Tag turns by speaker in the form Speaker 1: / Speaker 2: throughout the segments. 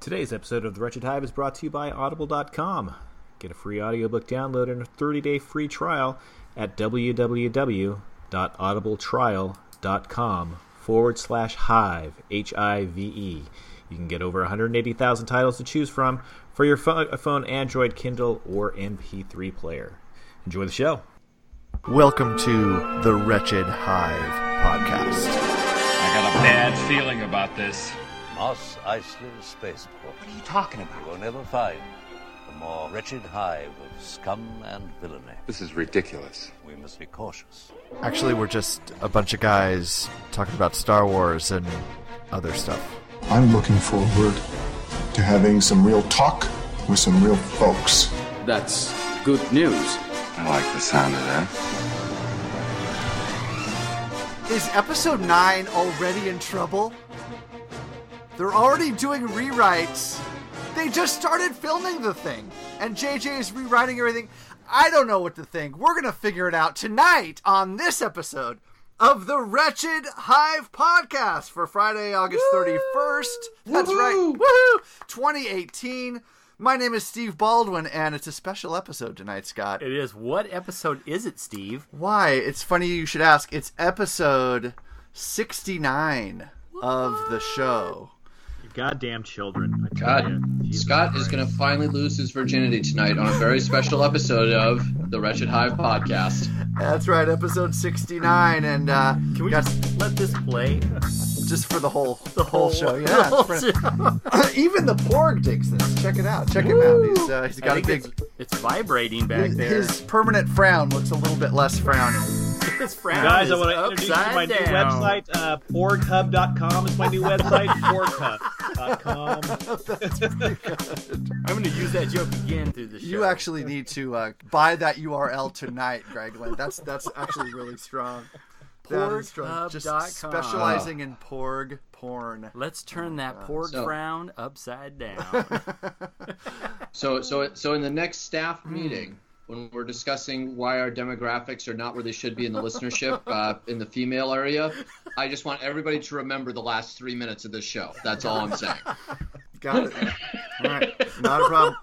Speaker 1: Today's episode of The Wretched Hive is brought to you by Audible.com. Get a free audiobook download and a 30 day free trial at www.audibletrial.com forward slash hive, H I V E. You can get over 180,000 titles to choose from for your pho- phone, Android, Kindle, or MP3 player. Enjoy the show.
Speaker 2: Welcome to the Wretched Hive podcast.
Speaker 3: I got a bad feeling about this.
Speaker 4: Moss Isley Spaceport. What are you talking about? You will never find a more wretched hive of scum and villainy.
Speaker 5: This is ridiculous.
Speaker 4: We must be cautious.
Speaker 2: Actually, we're just a bunch of guys talking about Star Wars and other stuff.
Speaker 6: I'm looking forward to having some real talk with some real folks.
Speaker 7: That's good news.
Speaker 5: I like the sound of that.
Speaker 8: Is episode 9 already in trouble? They're already doing rewrites. They just started filming the thing, and JJ is rewriting everything. I don't know what to think. We're going to figure it out tonight on this episode of the Wretched Hive podcast for Friday, August 31st. That's right. Woohoo! 2018. My name is Steve Baldwin, and it's a special episode tonight, Scott.
Speaker 9: It is. What episode is it, Steve?
Speaker 8: Why? It's funny you should ask. It's episode 69 of the show.
Speaker 1: Goddamn children. I tell
Speaker 7: God,
Speaker 1: ya. Jesus
Speaker 7: Scott is
Speaker 1: Christ.
Speaker 7: going to finally lose his virginity tonight on a very special episode of the Wretched Hive podcast.
Speaker 8: That's right, episode 69 and uh
Speaker 9: Can we
Speaker 8: got-
Speaker 9: just let this play?
Speaker 8: just for the whole the whole show. Yeah.
Speaker 9: The whole
Speaker 8: for-
Speaker 9: show.
Speaker 8: Even the Porg digs this. Check it out. Check him out. He's uh, he's
Speaker 9: I
Speaker 8: got a
Speaker 9: think
Speaker 8: big
Speaker 9: it's, it's vibrating back
Speaker 8: his,
Speaker 9: there.
Speaker 8: his permanent frown looks a little bit less frowny.
Speaker 9: His frown
Speaker 1: Guys, I
Speaker 9: is
Speaker 1: want to introduce you to my
Speaker 9: upside
Speaker 1: new
Speaker 9: down.
Speaker 1: website, uh, porghub.com is my new website, porghub.com.
Speaker 9: I'm going to use that joke again through the show.
Speaker 8: You actually need to uh, buy that URL tonight, Greg Lynn. That's that's actually really strong. That is strong. Just
Speaker 9: Porghub.com.
Speaker 8: specializing in Porg porn.
Speaker 9: Let's turn that pork
Speaker 7: So-
Speaker 9: frown upside down.
Speaker 7: So, so, so in the next staff meeting, when we're discussing why our demographics are not where they should be in the listenership uh, in the female area, I just want everybody to remember the last three minutes of this show. That's all I'm saying.
Speaker 8: Got it. All right, not a problem.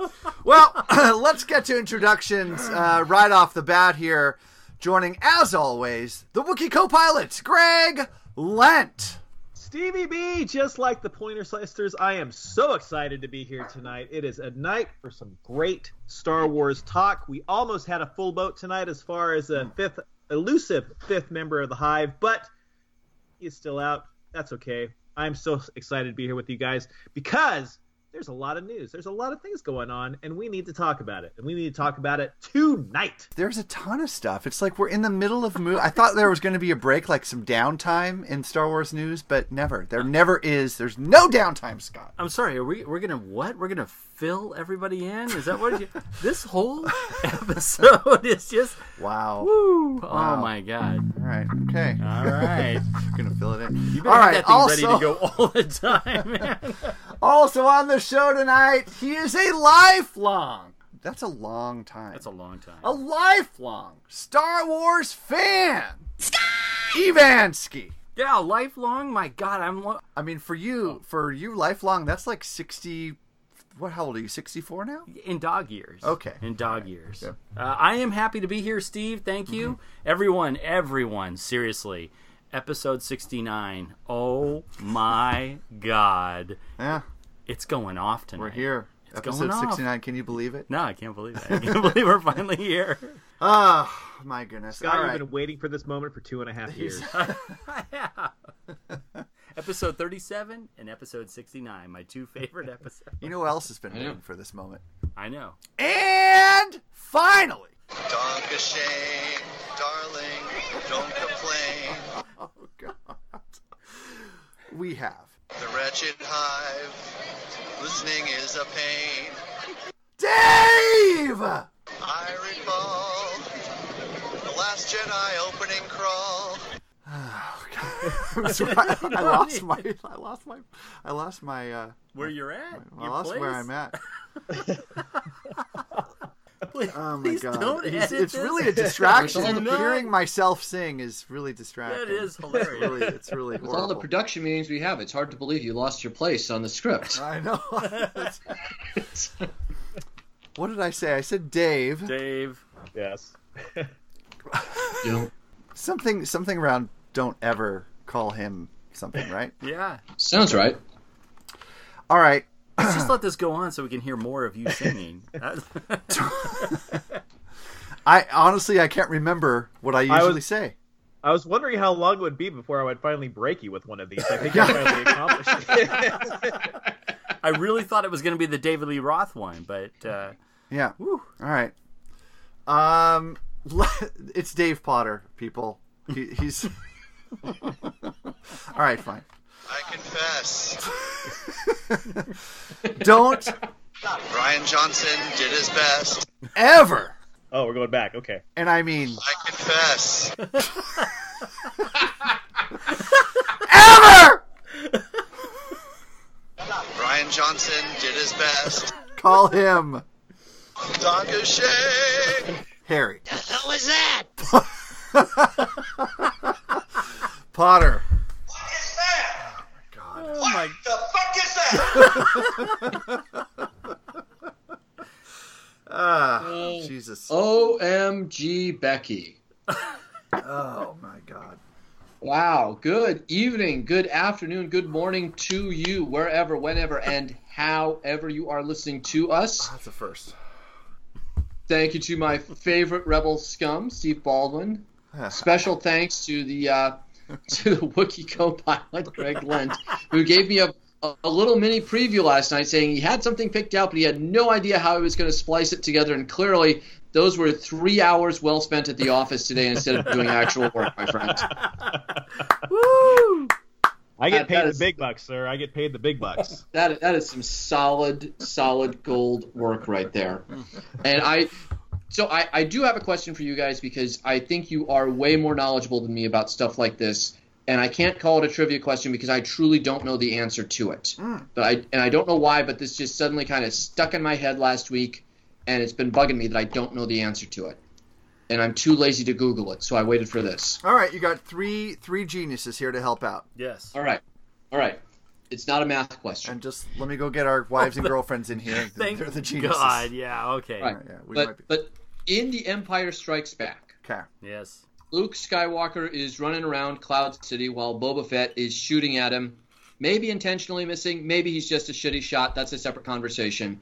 Speaker 8: Well, let's get to introductions uh, right off the bat here. Joining, as always, the Wookiee co-pilot, Greg Lent.
Speaker 1: Stevie B, just like the Pointer Sisters, I am so excited to be here tonight. It is a night for some great Star Wars talk. We almost had a full boat tonight as far as a fifth, elusive fifth member of the Hive, but he's still out. That's okay. I'm so excited to be here with you guys because there's a lot of news. There's a lot of things going on, and we need to talk about it. And we need to talk about it tonight.
Speaker 8: There's a ton of stuff. It's like we're in the middle of mo- I thought there was going to be a break, like some downtime in Star Wars news, but never. There never is. There's no downtime, Scott.
Speaker 9: I'm sorry, are we, we're going to what? We're going to fill everybody in? Is that what you... this whole episode is just...
Speaker 8: Wow.
Speaker 9: Woo!
Speaker 8: Wow.
Speaker 9: Oh, my God.
Speaker 8: All right. Okay.
Speaker 9: All right.
Speaker 8: Gonna fill it in.
Speaker 9: You better
Speaker 8: All
Speaker 9: have
Speaker 8: right.
Speaker 9: that thing
Speaker 8: also,
Speaker 9: ready to go all the time, man.
Speaker 8: also on the show tonight, he is a lifelong. That's a long time.
Speaker 9: That's a long time.
Speaker 8: a lifelong Star Wars fan. Evansky.
Speaker 9: Yeah, lifelong. My God, I'm. Lo-
Speaker 8: I mean, for
Speaker 9: Oh.
Speaker 8: you, for you, lifelong. That's like sixty. What? How old are you? Sixty-four now.
Speaker 9: in dog years.
Speaker 8: Okay.
Speaker 9: In dog years. Uh, I am happy to be here, Steve. Thank you. Everyone, everyone, seriously. Episode 69. Oh my God.
Speaker 8: Yeah,
Speaker 9: It's going off tonight.
Speaker 8: we're here.
Speaker 9: It's
Speaker 8: Episode
Speaker 9: going off.
Speaker 8: sixty-nine. Can you believe it?
Speaker 9: No, I can't believe that. I can't believe we're finally here.
Speaker 8: Oh my goodness.
Speaker 1: God,
Speaker 8: All
Speaker 1: you've
Speaker 8: right.
Speaker 1: been waiting for this moment for two and a half years.
Speaker 9: Yeah. episode 37 and episode 69. My two favorite episodes.
Speaker 8: You know who else has been waiting for this moment?
Speaker 9: I know.
Speaker 8: And finally,
Speaker 10: Don't be ashamed, darling. Don't complain.
Speaker 8: oh god, we have
Speaker 10: The wretched hive. Listening is a pain.
Speaker 8: Dave.
Speaker 10: I recall the last Jedi opening crawl.
Speaker 8: I'm sorry, I lost my, I lost my, I lost my. uh
Speaker 9: Where you're at.
Speaker 8: I
Speaker 9: your
Speaker 8: lost where
Speaker 9: place.
Speaker 8: I'm at.
Speaker 9: Please-
Speaker 8: Oh my
Speaker 9: please
Speaker 8: god.
Speaker 9: don't
Speaker 8: it's
Speaker 9: edit
Speaker 8: it's
Speaker 9: this.
Speaker 8: really a distraction.
Speaker 9: No.
Speaker 8: Hearing myself sing is really distracting.
Speaker 9: That is
Speaker 8: It's really,
Speaker 9: hilarious.
Speaker 8: it's really
Speaker 7: With all the
Speaker 8: horrible.
Speaker 7: production meetings we have, it's hard to believe you lost your place on the script.
Speaker 8: I know. what did I say? I said Dave.
Speaker 9: Dave.
Speaker 1: Yes.
Speaker 7: You know,
Speaker 8: Something something around don't ever call him something, right?
Speaker 9: Yeah.
Speaker 7: sounds right.
Speaker 8: All right.
Speaker 9: Let's just let this go on so we can hear more of you singing. That-
Speaker 8: I honestly I can't remember what I
Speaker 1: I
Speaker 8: usually
Speaker 1: was-
Speaker 8: say.
Speaker 1: I was wondering how long it would be before I would finally break you with one of these. I think I finally accomplished it.
Speaker 9: I really thought it was going to be the David Lee Roth one, but uh,
Speaker 8: Yeah. All right. Um, it's Dave Potter, people. He, he's. All right, fine.
Speaker 11: I confess,
Speaker 8: Don't
Speaker 11: Brian Johnson did his best.
Speaker 8: ever,
Speaker 1: Oh, we're going back. Okay.
Speaker 8: and I mean
Speaker 11: I confess,
Speaker 8: ever,
Speaker 11: Brian Johnson did his best.
Speaker 8: call him
Speaker 11: Dog shake.
Speaker 8: Harry
Speaker 11: What was that?
Speaker 8: Potter.
Speaker 11: is that?
Speaker 9: oh my
Speaker 11: The fuck is that?
Speaker 8: Ah, Jesus.
Speaker 7: OMG Becky.
Speaker 8: Oh my God.
Speaker 7: Wow. Good evening, good afternoon, good morning to you, wherever, whenever, and however you are listening to us.
Speaker 8: That's the first.
Speaker 7: Thank you to my favorite rebel scum, Steve Baldwin. Special thanks to the uh, to the Wookiee co-pilot Greg Lent, who gave me a, a a little mini preview last night, saying he had something picked out, but he had no idea how he was going to splice it together. And clearly, those were three hours well spent at the office today instead of doing actual work, my friend.
Speaker 9: woo!
Speaker 1: I get
Speaker 7: That-
Speaker 1: paid
Speaker 7: that is-
Speaker 1: the big bucks, sir. I get paid the big bucks.
Speaker 7: That that is some solid, solid gold work right there. And I, so I, I do have a question for you guys because I think you are way more knowledgeable than me about stuff like this. And I can't call it a trivia question because I truly don't know the answer to it.
Speaker 8: Hmm.
Speaker 7: But I and I don't know why, but this just suddenly kind of stuck in my head last week, and it's been bugging me that I don't know the answer to it. And I'm too lazy to Google it, so I waited for this.
Speaker 8: All right, you got three three geniuses here to help out,
Speaker 9: Yes.
Speaker 7: All right, all right. It's not a math question.
Speaker 8: and just let me go get our wives and girlfriends in here.
Speaker 9: Oh, Thank
Speaker 8: They're the geniuses.
Speaker 9: God. Yeah. Okay.
Speaker 7: Right.
Speaker 8: Yeah, we might
Speaker 7: but
Speaker 8: be.
Speaker 7: but in the Empire Strikes Back,
Speaker 8: Okay.
Speaker 9: Yes.
Speaker 7: Luke Skywalker is running around Cloud City while Boba Fett is shooting at him. Maybe intentionally missing, maybe he's just a shitty shot. That's a separate conversation.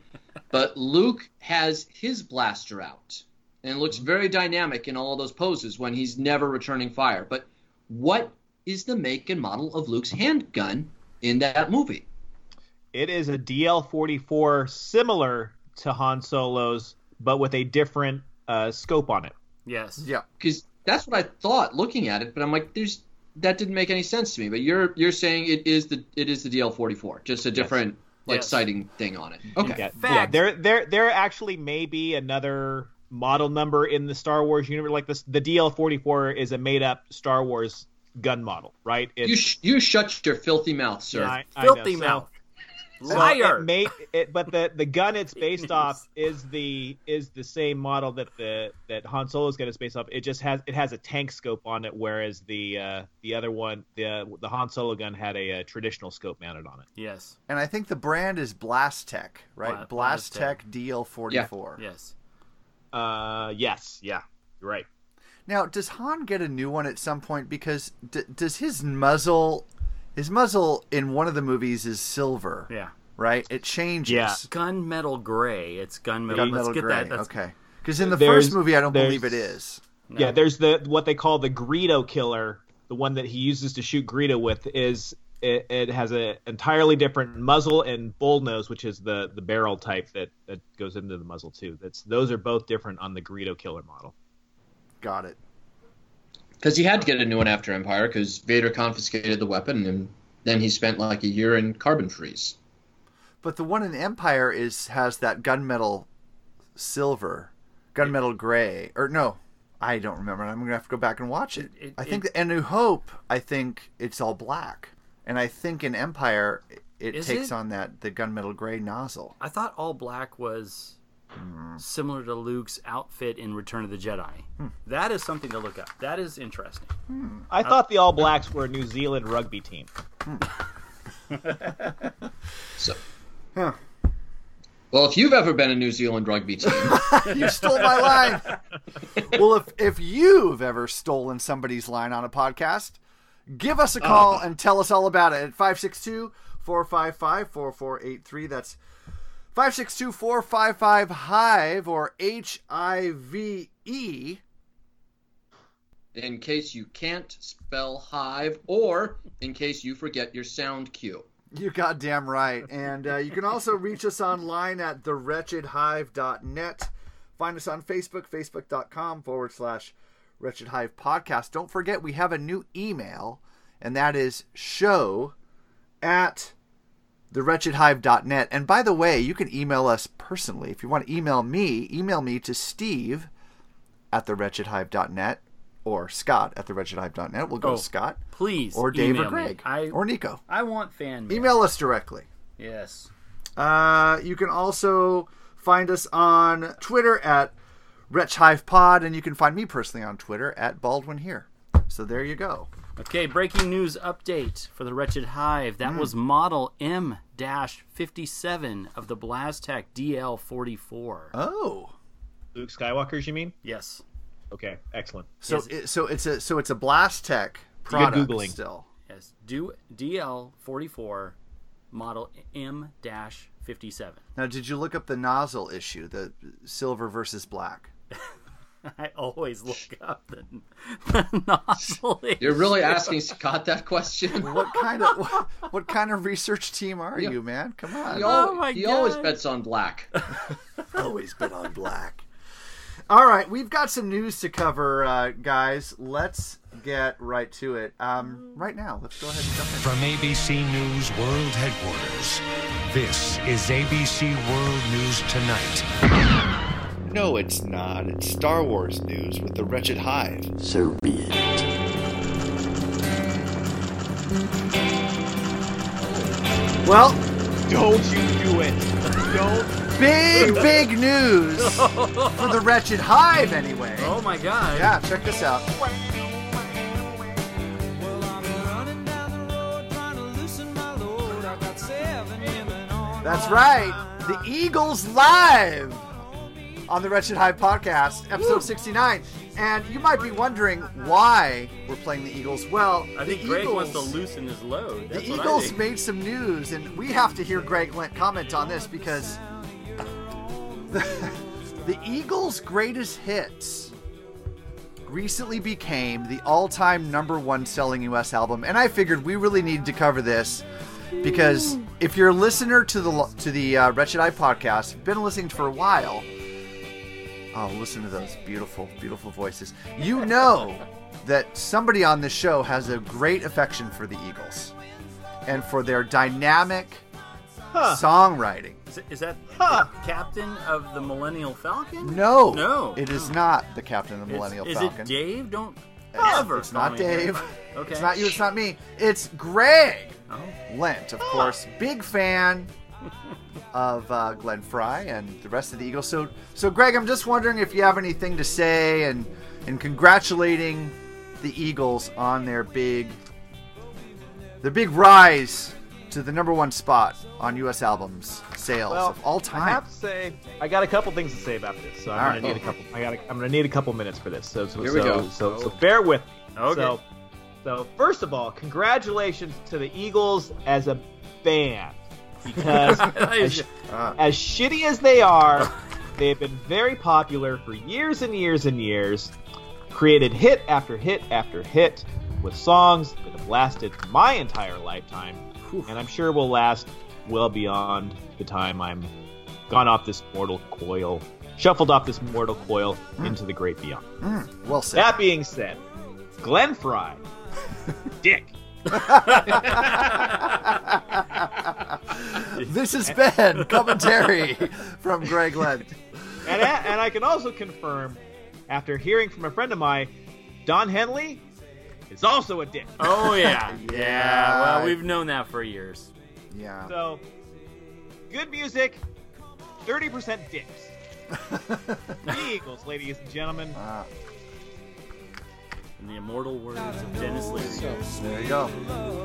Speaker 7: But Luke has his blaster out and looks very dynamic in all of those poses when he's never returning fire. But what is the make and model of Luke's handgun in that movie?
Speaker 1: It is a DL44 similar to Han Solo's, but with a different uh, scope on it.
Speaker 9: Yes.
Speaker 8: Yeah.
Speaker 7: Because that's what I thought looking at it, but I'm like, there's that didn't make any sense to me. But you're you're saying it is the it is the DL44, just a different like
Speaker 9: Yes.
Speaker 7: sighting thing on it. Okay.
Speaker 1: Yeah, yeah.
Speaker 9: fact-
Speaker 1: There, there, there actually may be another model number in the Star Wars universe. Like this, the DL44 is a made-up Star Wars gun model, right? It's,
Speaker 7: You, sh- you shut your filthy mouth, sir.
Speaker 1: I- I know.
Speaker 9: Filthy
Speaker 1: So-
Speaker 9: mouth.
Speaker 1: so
Speaker 9: Liar.
Speaker 1: it may- it- but the, the gun it's based
Speaker 9: Jeez.
Speaker 1: off is the is the same model that the that Han Solo's gun is based off. It just has it has a tank scope on it, whereas the uh, the other one the uh, the Han Solo gun had a, uh traditional scope mounted on it.
Speaker 9: yes.
Speaker 8: And I think the brand is Blastech, right?
Speaker 9: Bla-
Speaker 8: Blastech DL44.
Speaker 9: Yes.
Speaker 1: Uh, yes, yeah, you're right.
Speaker 8: Now, does Han get a new one at some point? Because d- does his muzzle, his muzzle in one of the movies is silver,
Speaker 9: Yeah.
Speaker 8: right? It changes.
Speaker 1: Yeah.
Speaker 9: Gunmetal gray. It's gunmetal. Let's
Speaker 8: Gunmetal
Speaker 9: get
Speaker 8: gray.
Speaker 9: that. That's,
Speaker 8: Okay. Because in the
Speaker 1: There's-
Speaker 8: first movie, I don't
Speaker 1: there's-
Speaker 8: believe it is.
Speaker 1: Yeah, there's the what they call the Greedo killer, the one that he uses to shoot Greedo with is it, it has an entirely different muzzle and bull nose, which is the the barrel type that that goes into the muzzle too. That's those are both different on the Greedo killer model.
Speaker 8: Got it.
Speaker 7: Because he had to get a new one after Empire, because Vader confiscated the weapon, and then he spent like a year in carbon freeze.
Speaker 8: But the one in Empire is has that gunmetal silver, gunmetal gray, or no, I don't remember. I'm gonna have to go back and watch it.
Speaker 9: It-
Speaker 8: I
Speaker 9: it-
Speaker 8: think the and New Hope. I think it's all black, and I think in Empire it
Speaker 9: Is
Speaker 8: takes
Speaker 9: it?
Speaker 8: on that the gunmetal gray nozzle.
Speaker 9: I thought all black was
Speaker 8: Hmm.
Speaker 9: similar to Luke's outfit in Return of the Jedi. That is something to look up. That is interesting.
Speaker 1: I thought the All Blacks were a New Zealand rugby team.
Speaker 7: So, well, if you've ever been a New Zealand rugby team,
Speaker 8: You stole my line. well, if if you've ever stolen somebody's line on a podcast, give us a call and tell us all about it at 562-455-4483. That's 562-455-HIVE or H-I-V-E.
Speaker 7: in case you can't spell hive, or in case you forget your sound cue.
Speaker 8: You goddamn right. And uh, you can also reach us online at thewretchedhive.net. Find us on Facebook, facebook.com forward slash wretched hive podcast. Don't forget, we have a new email, and that is show at thewretchedhive.net. And by the way, you can email us personally. If you want to email me, email me to steve at thewretchedhive.net or scott at thewretchedhive.net. We'll go
Speaker 9: Oh.
Speaker 8: to Scott
Speaker 9: Please,
Speaker 8: or Dave
Speaker 9: email
Speaker 8: or
Speaker 9: me.
Speaker 8: Greg
Speaker 9: I
Speaker 8: or Nico.
Speaker 9: I want fan mail.
Speaker 8: Email us directly.
Speaker 9: Yes.
Speaker 8: Uh, you can also find us on Twitter at WretchHivePod, and you can find me personally on Twitter at Baldwin Here. So there you go.
Speaker 9: Okay, breaking news update for the Wretched Hive.
Speaker 8: Hmm.
Speaker 9: That was model M 57 of the Blastech DL 44.
Speaker 8: Oh,
Speaker 1: Luke Skywalker's, you mean?
Speaker 9: Yes.
Speaker 1: Okay, excellent.
Speaker 8: so
Speaker 9: Is-
Speaker 8: it, so it's a so it's a Blast Tech product
Speaker 1: Googling.
Speaker 8: still.
Speaker 9: Yes. Do, DL 44, model M 57.
Speaker 8: Now, did you look up the nozzle issue, the silver versus black?
Speaker 9: I always look up the, the nozzle.
Speaker 7: You're really asking Scott that question?
Speaker 8: What kind of what, what kind of research team are you, man? Come on.
Speaker 7: He,
Speaker 9: Oh
Speaker 7: al-
Speaker 9: my
Speaker 7: he always
Speaker 9: God.
Speaker 7: bets on black.
Speaker 8: always been on black. All right, we've got some news to cover, uh, guys. Let's get right to it. Um, right now, let's go ahead and jump in.
Speaker 12: From ABC News World Headquarters, this is ABC World News Tonight.
Speaker 13: No, it's not. It's Star Wars news with the Wretched Hive.
Speaker 8: Well,
Speaker 1: Don't you do it. Don't.
Speaker 8: big, big news for the Wretched Hive, anyway.
Speaker 9: Oh my god.
Speaker 8: Yeah, check this out. That's right. The Eagles live on the Wretched Hive podcast, episode 69. And you might be wondering why we're playing the Eagles. Well,
Speaker 9: I think
Speaker 8: the
Speaker 9: Greg wants to
Speaker 8: Eagles-
Speaker 9: loosen his load.
Speaker 8: the
Speaker 9: That's what I
Speaker 8: Eagles
Speaker 9: think.
Speaker 8: made some news, and we have to hear Greg Lent comment on this because the, Eagles' greatest hits recently became the all time number one selling U.S. album. And I figured we really needed to cover this because if you're a listener to the to the uh, Wretched Eye podcast, you've been listening for a while. Oh, listen to those beautiful, beautiful voices. You know that somebody on this show has a great affection for the Eagles and for their dynamic songwriting.
Speaker 9: Is, is that the captain of the Millennial Falcon?
Speaker 8: No,
Speaker 9: No.
Speaker 8: it is not the captain of the
Speaker 9: It's-
Speaker 8: Millennial
Speaker 9: is
Speaker 8: Falcon.
Speaker 9: it Dave? Don't
Speaker 8: It's-
Speaker 9: ever.
Speaker 8: It's
Speaker 9: call
Speaker 8: not
Speaker 9: me
Speaker 8: Dave.
Speaker 9: Okay.
Speaker 8: It's not you. It's not me. It's Greg
Speaker 9: Oh.
Speaker 8: Lent, of course. Big fan of uh, Glenn Fry and the rest of the Eagles. So, so Greg, I'm just wondering if you have anything to say and and congratulating the Eagles on their big their big rise to the number one spot on U.S. albums sales
Speaker 1: Well,
Speaker 8: of all
Speaker 1: I
Speaker 8: time.
Speaker 1: have to say, I got a couple things to say about this, so I'm
Speaker 8: All
Speaker 1: gonna
Speaker 8: right.
Speaker 1: need a couple. I got. I'm gonna need a couple minutes for this. So, so
Speaker 7: Here we
Speaker 1: so,
Speaker 7: go.
Speaker 1: So, so bear with me.
Speaker 9: Okay.
Speaker 1: So, so first of all, congratulations to the Eagles as a band because as, as shitty as they are, they've been very popular for years and years and years. Created hit after hit after hit with songs that have lasted my entire lifetime, and I'm sure will last well beyond the time I'm gone off this mortal coil, shuffled off this mortal coil into the great beyond.
Speaker 8: Well said.
Speaker 1: That being said, Glenn Fry, dick.
Speaker 8: This has been commentary from Greg Lent.
Speaker 1: And, I- and I can also confirm, after hearing from a friend of mine, Don Henley is also a dick.
Speaker 9: Oh yeah. yeah.
Speaker 8: Yeah.
Speaker 9: Well, we've known that for years.
Speaker 8: Yeah.
Speaker 1: So, good music, 30% dicks. Eagles, ladies and gentlemen.
Speaker 9: In the immortal words of Dennis Leary.
Speaker 8: There you go.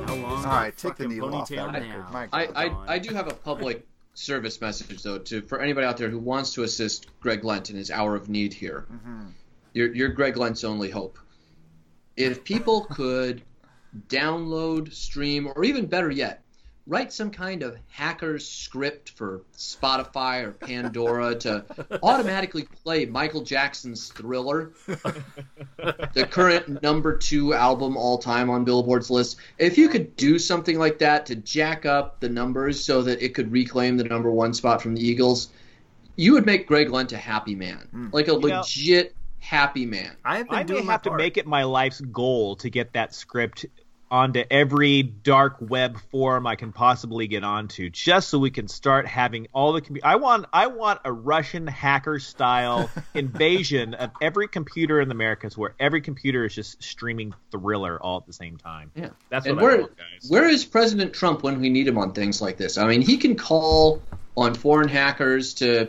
Speaker 9: How long?
Speaker 8: All right, take the
Speaker 9: fucking
Speaker 8: needle off that
Speaker 9: ponytail
Speaker 8: record,
Speaker 9: now?
Speaker 8: Mike.
Speaker 7: I, I, I do have a public service message though to for anybody out there who wants to assist Greg Lent in his hour of need here. You're, you're Greg Lent's only hope. If people could download, stream, or even better yet, write some kind of hacker's script for Spotify or Pandora to automatically play Michael Jackson's Thriller, the current number two album all time on Billboard's list. If you could do something like that to jack up the numbers so that it could reclaim the number one spot from the Eagles, you would make Greg Lent a happy man, like a
Speaker 1: You know-
Speaker 7: legit happy man.
Speaker 8: I've been
Speaker 1: Hmm. I may
Speaker 8: doing my
Speaker 1: have to
Speaker 8: part.
Speaker 1: make it my life's goal to get that script onto every dark web forum I can possibly get onto, just so we can start having all the. Com- I want I want a Russian hacker style invasion of every computer in the Americas, where every computer is just streaming Thriller all at the same time.
Speaker 7: Yeah.
Speaker 1: That's
Speaker 7: And
Speaker 1: what I
Speaker 7: where,
Speaker 1: want, guys.
Speaker 7: where is President Trump when we need him on things like this? I mean, he can call on foreign hackers to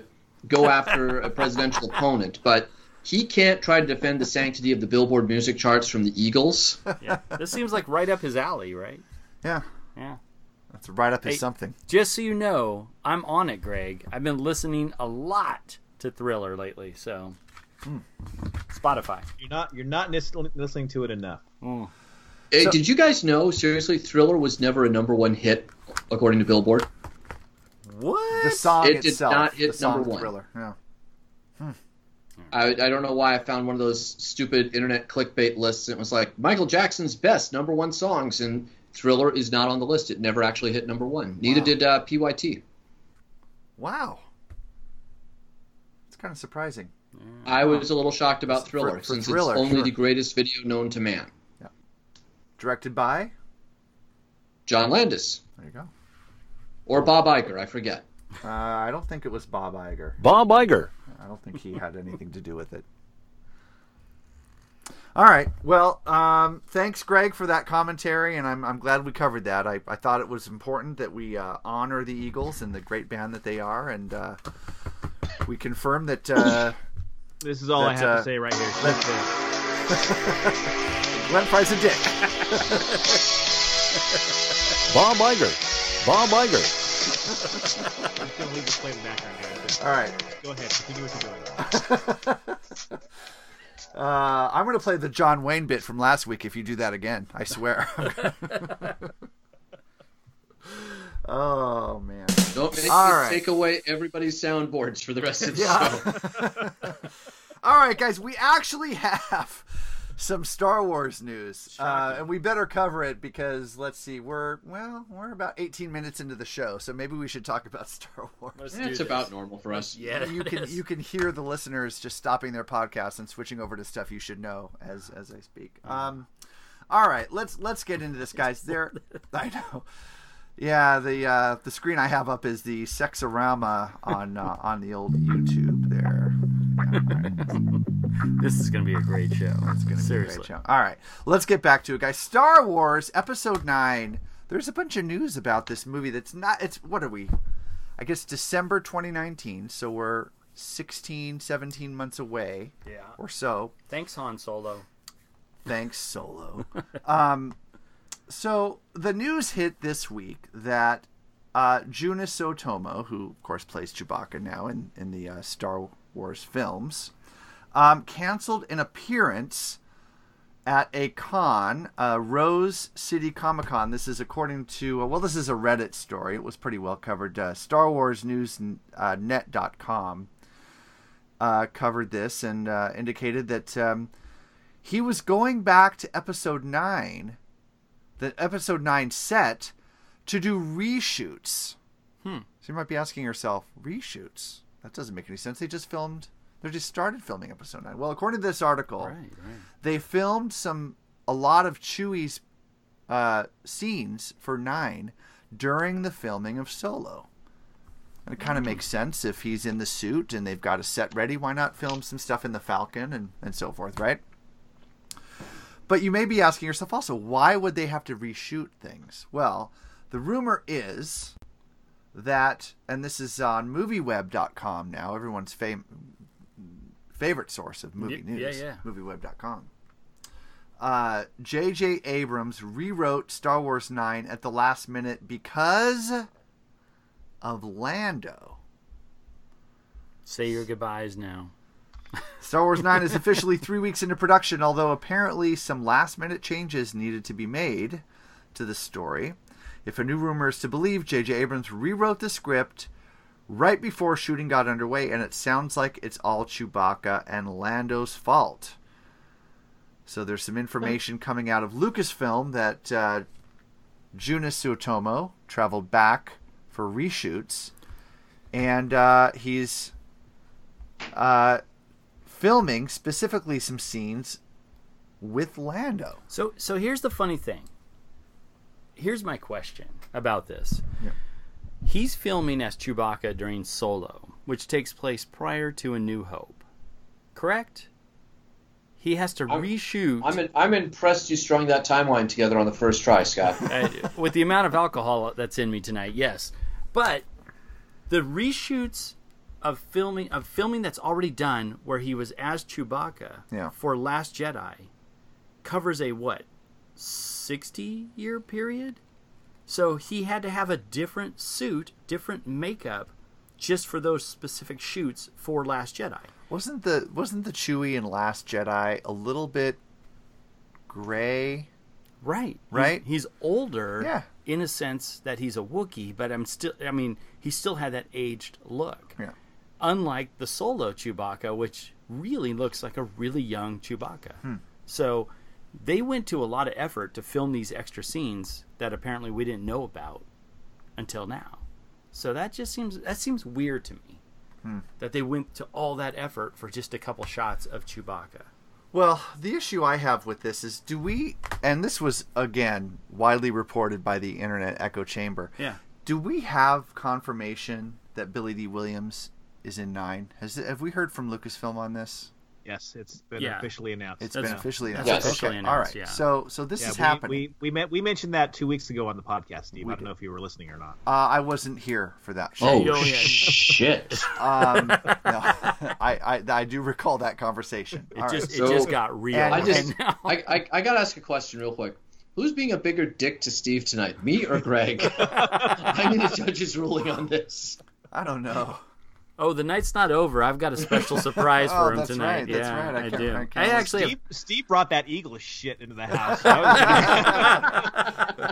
Speaker 7: go after a presidential opponent, but he can't try to defend the sanctity of the Billboard music charts from the Eagles.
Speaker 9: Yeah. This seems like right up his alley, right?
Speaker 8: Yeah,
Speaker 9: Yeah.
Speaker 8: that's right up his
Speaker 9: Hey.
Speaker 8: something.
Speaker 9: Just so you know, I'm on it, Greg. I've been listening a lot to Thriller lately, so Hmm. Spotify.
Speaker 1: You're not you're not nis- listening to it enough.
Speaker 7: Hey,
Speaker 8: So-
Speaker 7: did you guys know, seriously, Thriller was never a number one hit, according to Billboard?
Speaker 9: What?
Speaker 8: The song
Speaker 7: It did
Speaker 8: itself,
Speaker 7: not hit
Speaker 8: the song
Speaker 7: number one.
Speaker 8: Thriller. Yeah.
Speaker 7: I, I don't know why I found one of those stupid internet clickbait lists. And it was like Michael Jackson's best number one songs, and Thriller is not on the list. It never actually hit number one. Neither
Speaker 8: Wow.
Speaker 7: did uh, PYT.
Speaker 8: Wow, it's kind of surprising.
Speaker 7: I was a little shocked about
Speaker 8: For-
Speaker 7: Thriller
Speaker 8: for
Speaker 7: since
Speaker 8: Thriller,
Speaker 7: it's only
Speaker 8: sure.
Speaker 7: the greatest video known to man.
Speaker 8: Directed by.
Speaker 7: John Landis
Speaker 8: There you go.
Speaker 7: or Bob Iger, I forget.
Speaker 8: Uh, I don't think it was Bob Iger.
Speaker 4: Bob Iger.
Speaker 8: I don't think he had anything to do with it. All right. Well, um, thanks, Greg, for that commentary, and I'm, I'm glad we covered that. I, I thought it was important that we uh, honor the Eagles and the great band that they are, and uh, we confirm that. Uh,
Speaker 1: This is all I
Speaker 8: That's,
Speaker 1: have
Speaker 8: uh,
Speaker 1: to say right here.
Speaker 8: Glenn Fry's a dick.
Speaker 4: Bob Iger. Bob Iger.
Speaker 1: I'm just gonna leave this play in the background, guys.
Speaker 8: All right.
Speaker 1: Go ahead, continue what you're doing.
Speaker 8: Uh, I'm going to play the John Wayne bit from last week if you do that again. I swear. oh, man.
Speaker 7: Don't make me
Speaker 8: All right.
Speaker 7: take away everybody's soundboards for the rest of the show.
Speaker 8: All right, guys, we actually have some Star Wars news, uh, and we better cover it because let's see, we're well, we're about 18 minutes into the show, so maybe we should talk about Star Wars.
Speaker 9: Let's do
Speaker 7: That's
Speaker 9: this.
Speaker 7: about normal for us.
Speaker 9: Yeah,
Speaker 8: you
Speaker 9: it
Speaker 8: can
Speaker 9: is.
Speaker 8: you can hear the listeners just stopping their podcast and switching over to stuff you should know as as I speak.
Speaker 9: Uh-huh.
Speaker 8: Um, all right, let's let's get into this, guys. There, I know. Yeah, the uh, the screen I have up is the Sexorama on uh, on the old YouTube there. All right.
Speaker 9: This is going to be a great show. It's going to Seriously.
Speaker 8: Great show. All right, let's get back to it, guys. Star Wars Episode Nine. There's a bunch of news about this movie. That's not. It's what are we? I guess December 2019. So we're 16, 17 months away
Speaker 9: Yeah.
Speaker 8: or so.
Speaker 9: Thanks, Han Solo.
Speaker 8: Thanks, Solo. um, so the news hit this week that uh, Juna Sotomo, who of course plays Chewbacca now in in the uh, Star Wars films, um, canceled an appearance at a con, uh, Rose City Comic Con. This is according to uh, well, this is a Reddit story. It was pretty well covered. Uh, Star Wars News uh, Net.com uh, covered this and uh, indicated that. Um, he was going back to episode 9 the episode 9 set to do reshoots
Speaker 9: Hmm.
Speaker 8: so you might be asking yourself reshoots that doesn't make any sense they just filmed they just started filming episode 9 well according to this article
Speaker 9: Right, right.
Speaker 8: they filmed some a lot of chewie's uh, scenes for 9 during the filming of solo and it kind
Speaker 9: Hmm.
Speaker 8: of makes sense if he's in the suit and they've got a set ready why not film some stuff in the falcon and, and so forth right but you may be asking yourself also, why would they have to reshoot things? Well, the rumor is that, and this is on movieweb.com now, everyone's fam- favorite source of movie
Speaker 9: Y- yeah,
Speaker 8: news,
Speaker 9: yeah.
Speaker 8: movieweb.com. Uh, J.J. Abrams rewrote Star Wars 9 at the last minute because of Lando.
Speaker 9: Say your goodbyes now.
Speaker 8: Star Wars 9 is officially three weeks into production, although apparently some last minute changes needed to be made to the story. If a new rumor is to believe, J.J. Abrams rewrote the script right before shooting got underway, and it sounds like it's all Chewbacca and Lando's fault. So there's some information coming out of Lucasfilm that uh, Juna Suotomo traveled back for reshoots, and uh, he's uh, filming specifically some scenes with Lando.
Speaker 9: So so here's the funny thing. Here's my question about this.
Speaker 8: Yeah.
Speaker 9: He's filming as Chewbacca during Solo, which takes place prior to A New Hope. Correct? He has to reshoot
Speaker 7: I'm, in, I'm impressed you strung that timeline together on the first try, Scott.
Speaker 9: Uh, with the amount of alcohol that's in me tonight, yes. But the reshoots of filming of filming that's already done, where he was as Chewbacca
Speaker 8: Yeah.
Speaker 9: for Last Jedi, covers a what sixty year period. So he had to have a different suit, different makeup, just for those specific shoots for Last Jedi.
Speaker 8: Wasn't the wasn't the Chewie in Last Jedi a little bit gray?
Speaker 9: Right. He's-
Speaker 8: Right?
Speaker 9: He's, older
Speaker 8: Yeah.
Speaker 9: in a sense that he's a Wookiee, but I'm still I mean, he still had that aged look.
Speaker 8: Yeah.
Speaker 9: Unlike the solo Chewbacca, which really looks like a really young Chewbacca.
Speaker 8: Hmm.
Speaker 9: So they went to a lot of effort to film these extra scenes that apparently we didn't know about until now. So that just seems that seems weird to me.
Speaker 8: Hmm.
Speaker 9: That they went to all that effort for just a couple shots of Chewbacca.
Speaker 8: Well, the issue I have with this is do we and this was again widely reported by the internet echo chamber.
Speaker 9: Yeah.
Speaker 8: Do we have confirmation that Billy D. Williams is in nine? Has have we heard from Lucasfilm on this?
Speaker 1: Yes, it's been
Speaker 9: Yeah.
Speaker 1: officially announced.
Speaker 8: It's
Speaker 9: That's-
Speaker 8: been officially
Speaker 9: that's
Speaker 8: announced.
Speaker 9: officially
Speaker 8: okay.
Speaker 9: announced,
Speaker 8: All right.
Speaker 9: yeah.
Speaker 8: So so this
Speaker 1: Yeah,
Speaker 8: is
Speaker 1: we,
Speaker 8: happening.
Speaker 1: We, we, met, we mentioned that two weeks ago on the podcast, Steve. I don't
Speaker 8: did.
Speaker 1: know if you were listening or not.
Speaker 8: Uh, I wasn't here for that. show.
Speaker 9: Oh, yeah.
Speaker 7: shit.
Speaker 8: Um, no, I, I I do recall that conversation.
Speaker 9: It
Speaker 8: All right.
Speaker 9: just it
Speaker 7: So-
Speaker 9: just got real
Speaker 8: And-
Speaker 7: I
Speaker 9: right
Speaker 7: just,
Speaker 9: now.
Speaker 7: I, I, I gotta ask a question real quick. Who's being a bigger dick to Steve tonight, me or Greg? I need a judge's ruling on this.
Speaker 8: I don't know.
Speaker 9: Oh, the night's not over. I've got a special surprise
Speaker 8: Oh,
Speaker 9: for him
Speaker 8: that's
Speaker 9: tonight.
Speaker 8: right, that's
Speaker 9: yeah,
Speaker 8: right. I
Speaker 9: I,
Speaker 8: can't-
Speaker 9: do.
Speaker 8: I
Speaker 9: I,
Speaker 8: can't
Speaker 9: actually
Speaker 1: Steve, Steve brought that eagle shit into the house. That was-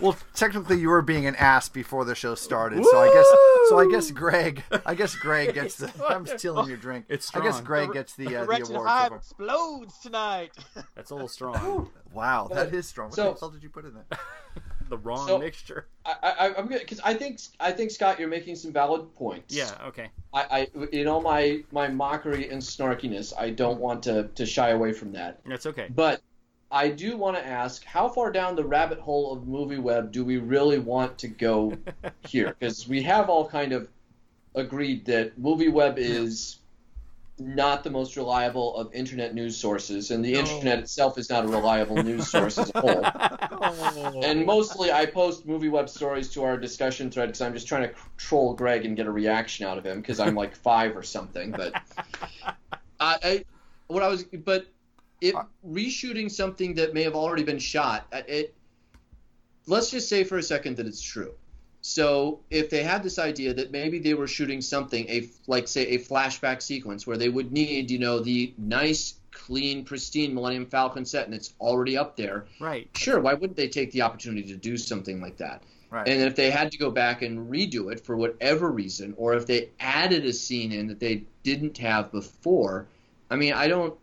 Speaker 8: Well, technically, you were being an ass before the show started, so I guess so. I guess Greg, I guess Greg gets the. I'm stealing your drink.
Speaker 9: It's
Speaker 8: I guess
Speaker 9: strong.
Speaker 8: Greg gets the uh, the
Speaker 1: Wretched
Speaker 8: award.
Speaker 1: Hive
Speaker 8: for-
Speaker 1: explodes tonight.
Speaker 9: that's a little strong.
Speaker 8: Wow, that is strong. What
Speaker 7: So-
Speaker 8: the hell did you put in that?
Speaker 9: the wrong
Speaker 7: So-
Speaker 9: mixture.
Speaker 7: I, I, I'm good because I think I think Scott, you're making some valid points.
Speaker 9: Yeah. Okay.
Speaker 7: I, I in all my my mockery and snarkiness, I don't want to to shy away from that.
Speaker 9: That's okay.
Speaker 7: But I do want to ask, how far down the rabbit hole of movie web do we really want to go here? Because we have all kind of agreed that movie web is not the most reliable of internet news sources, and the internet itself is not a reliable news source as a whole. And mostly, I post movie web stories to our discussion thread because I'm just trying to c- troll Greg and get a reaction out of him because I'm like five or something. But I, I, what I was, but it reshooting something that may have already been shot. uh, It. Let's just say for a second that it's true. So if they had this idea that maybe they were shooting something, a like say a flashback sequence where they would need, you know, the nice, clean, pristine Millennium Falcon set, and it's already up there
Speaker 9: Right.
Speaker 7: sure, why wouldn't they take the opportunity to do something like that?
Speaker 8: Right.
Speaker 7: And if they had to go back and redo it for whatever reason, or if they added a scene in that they didn't have before, I mean, I don't.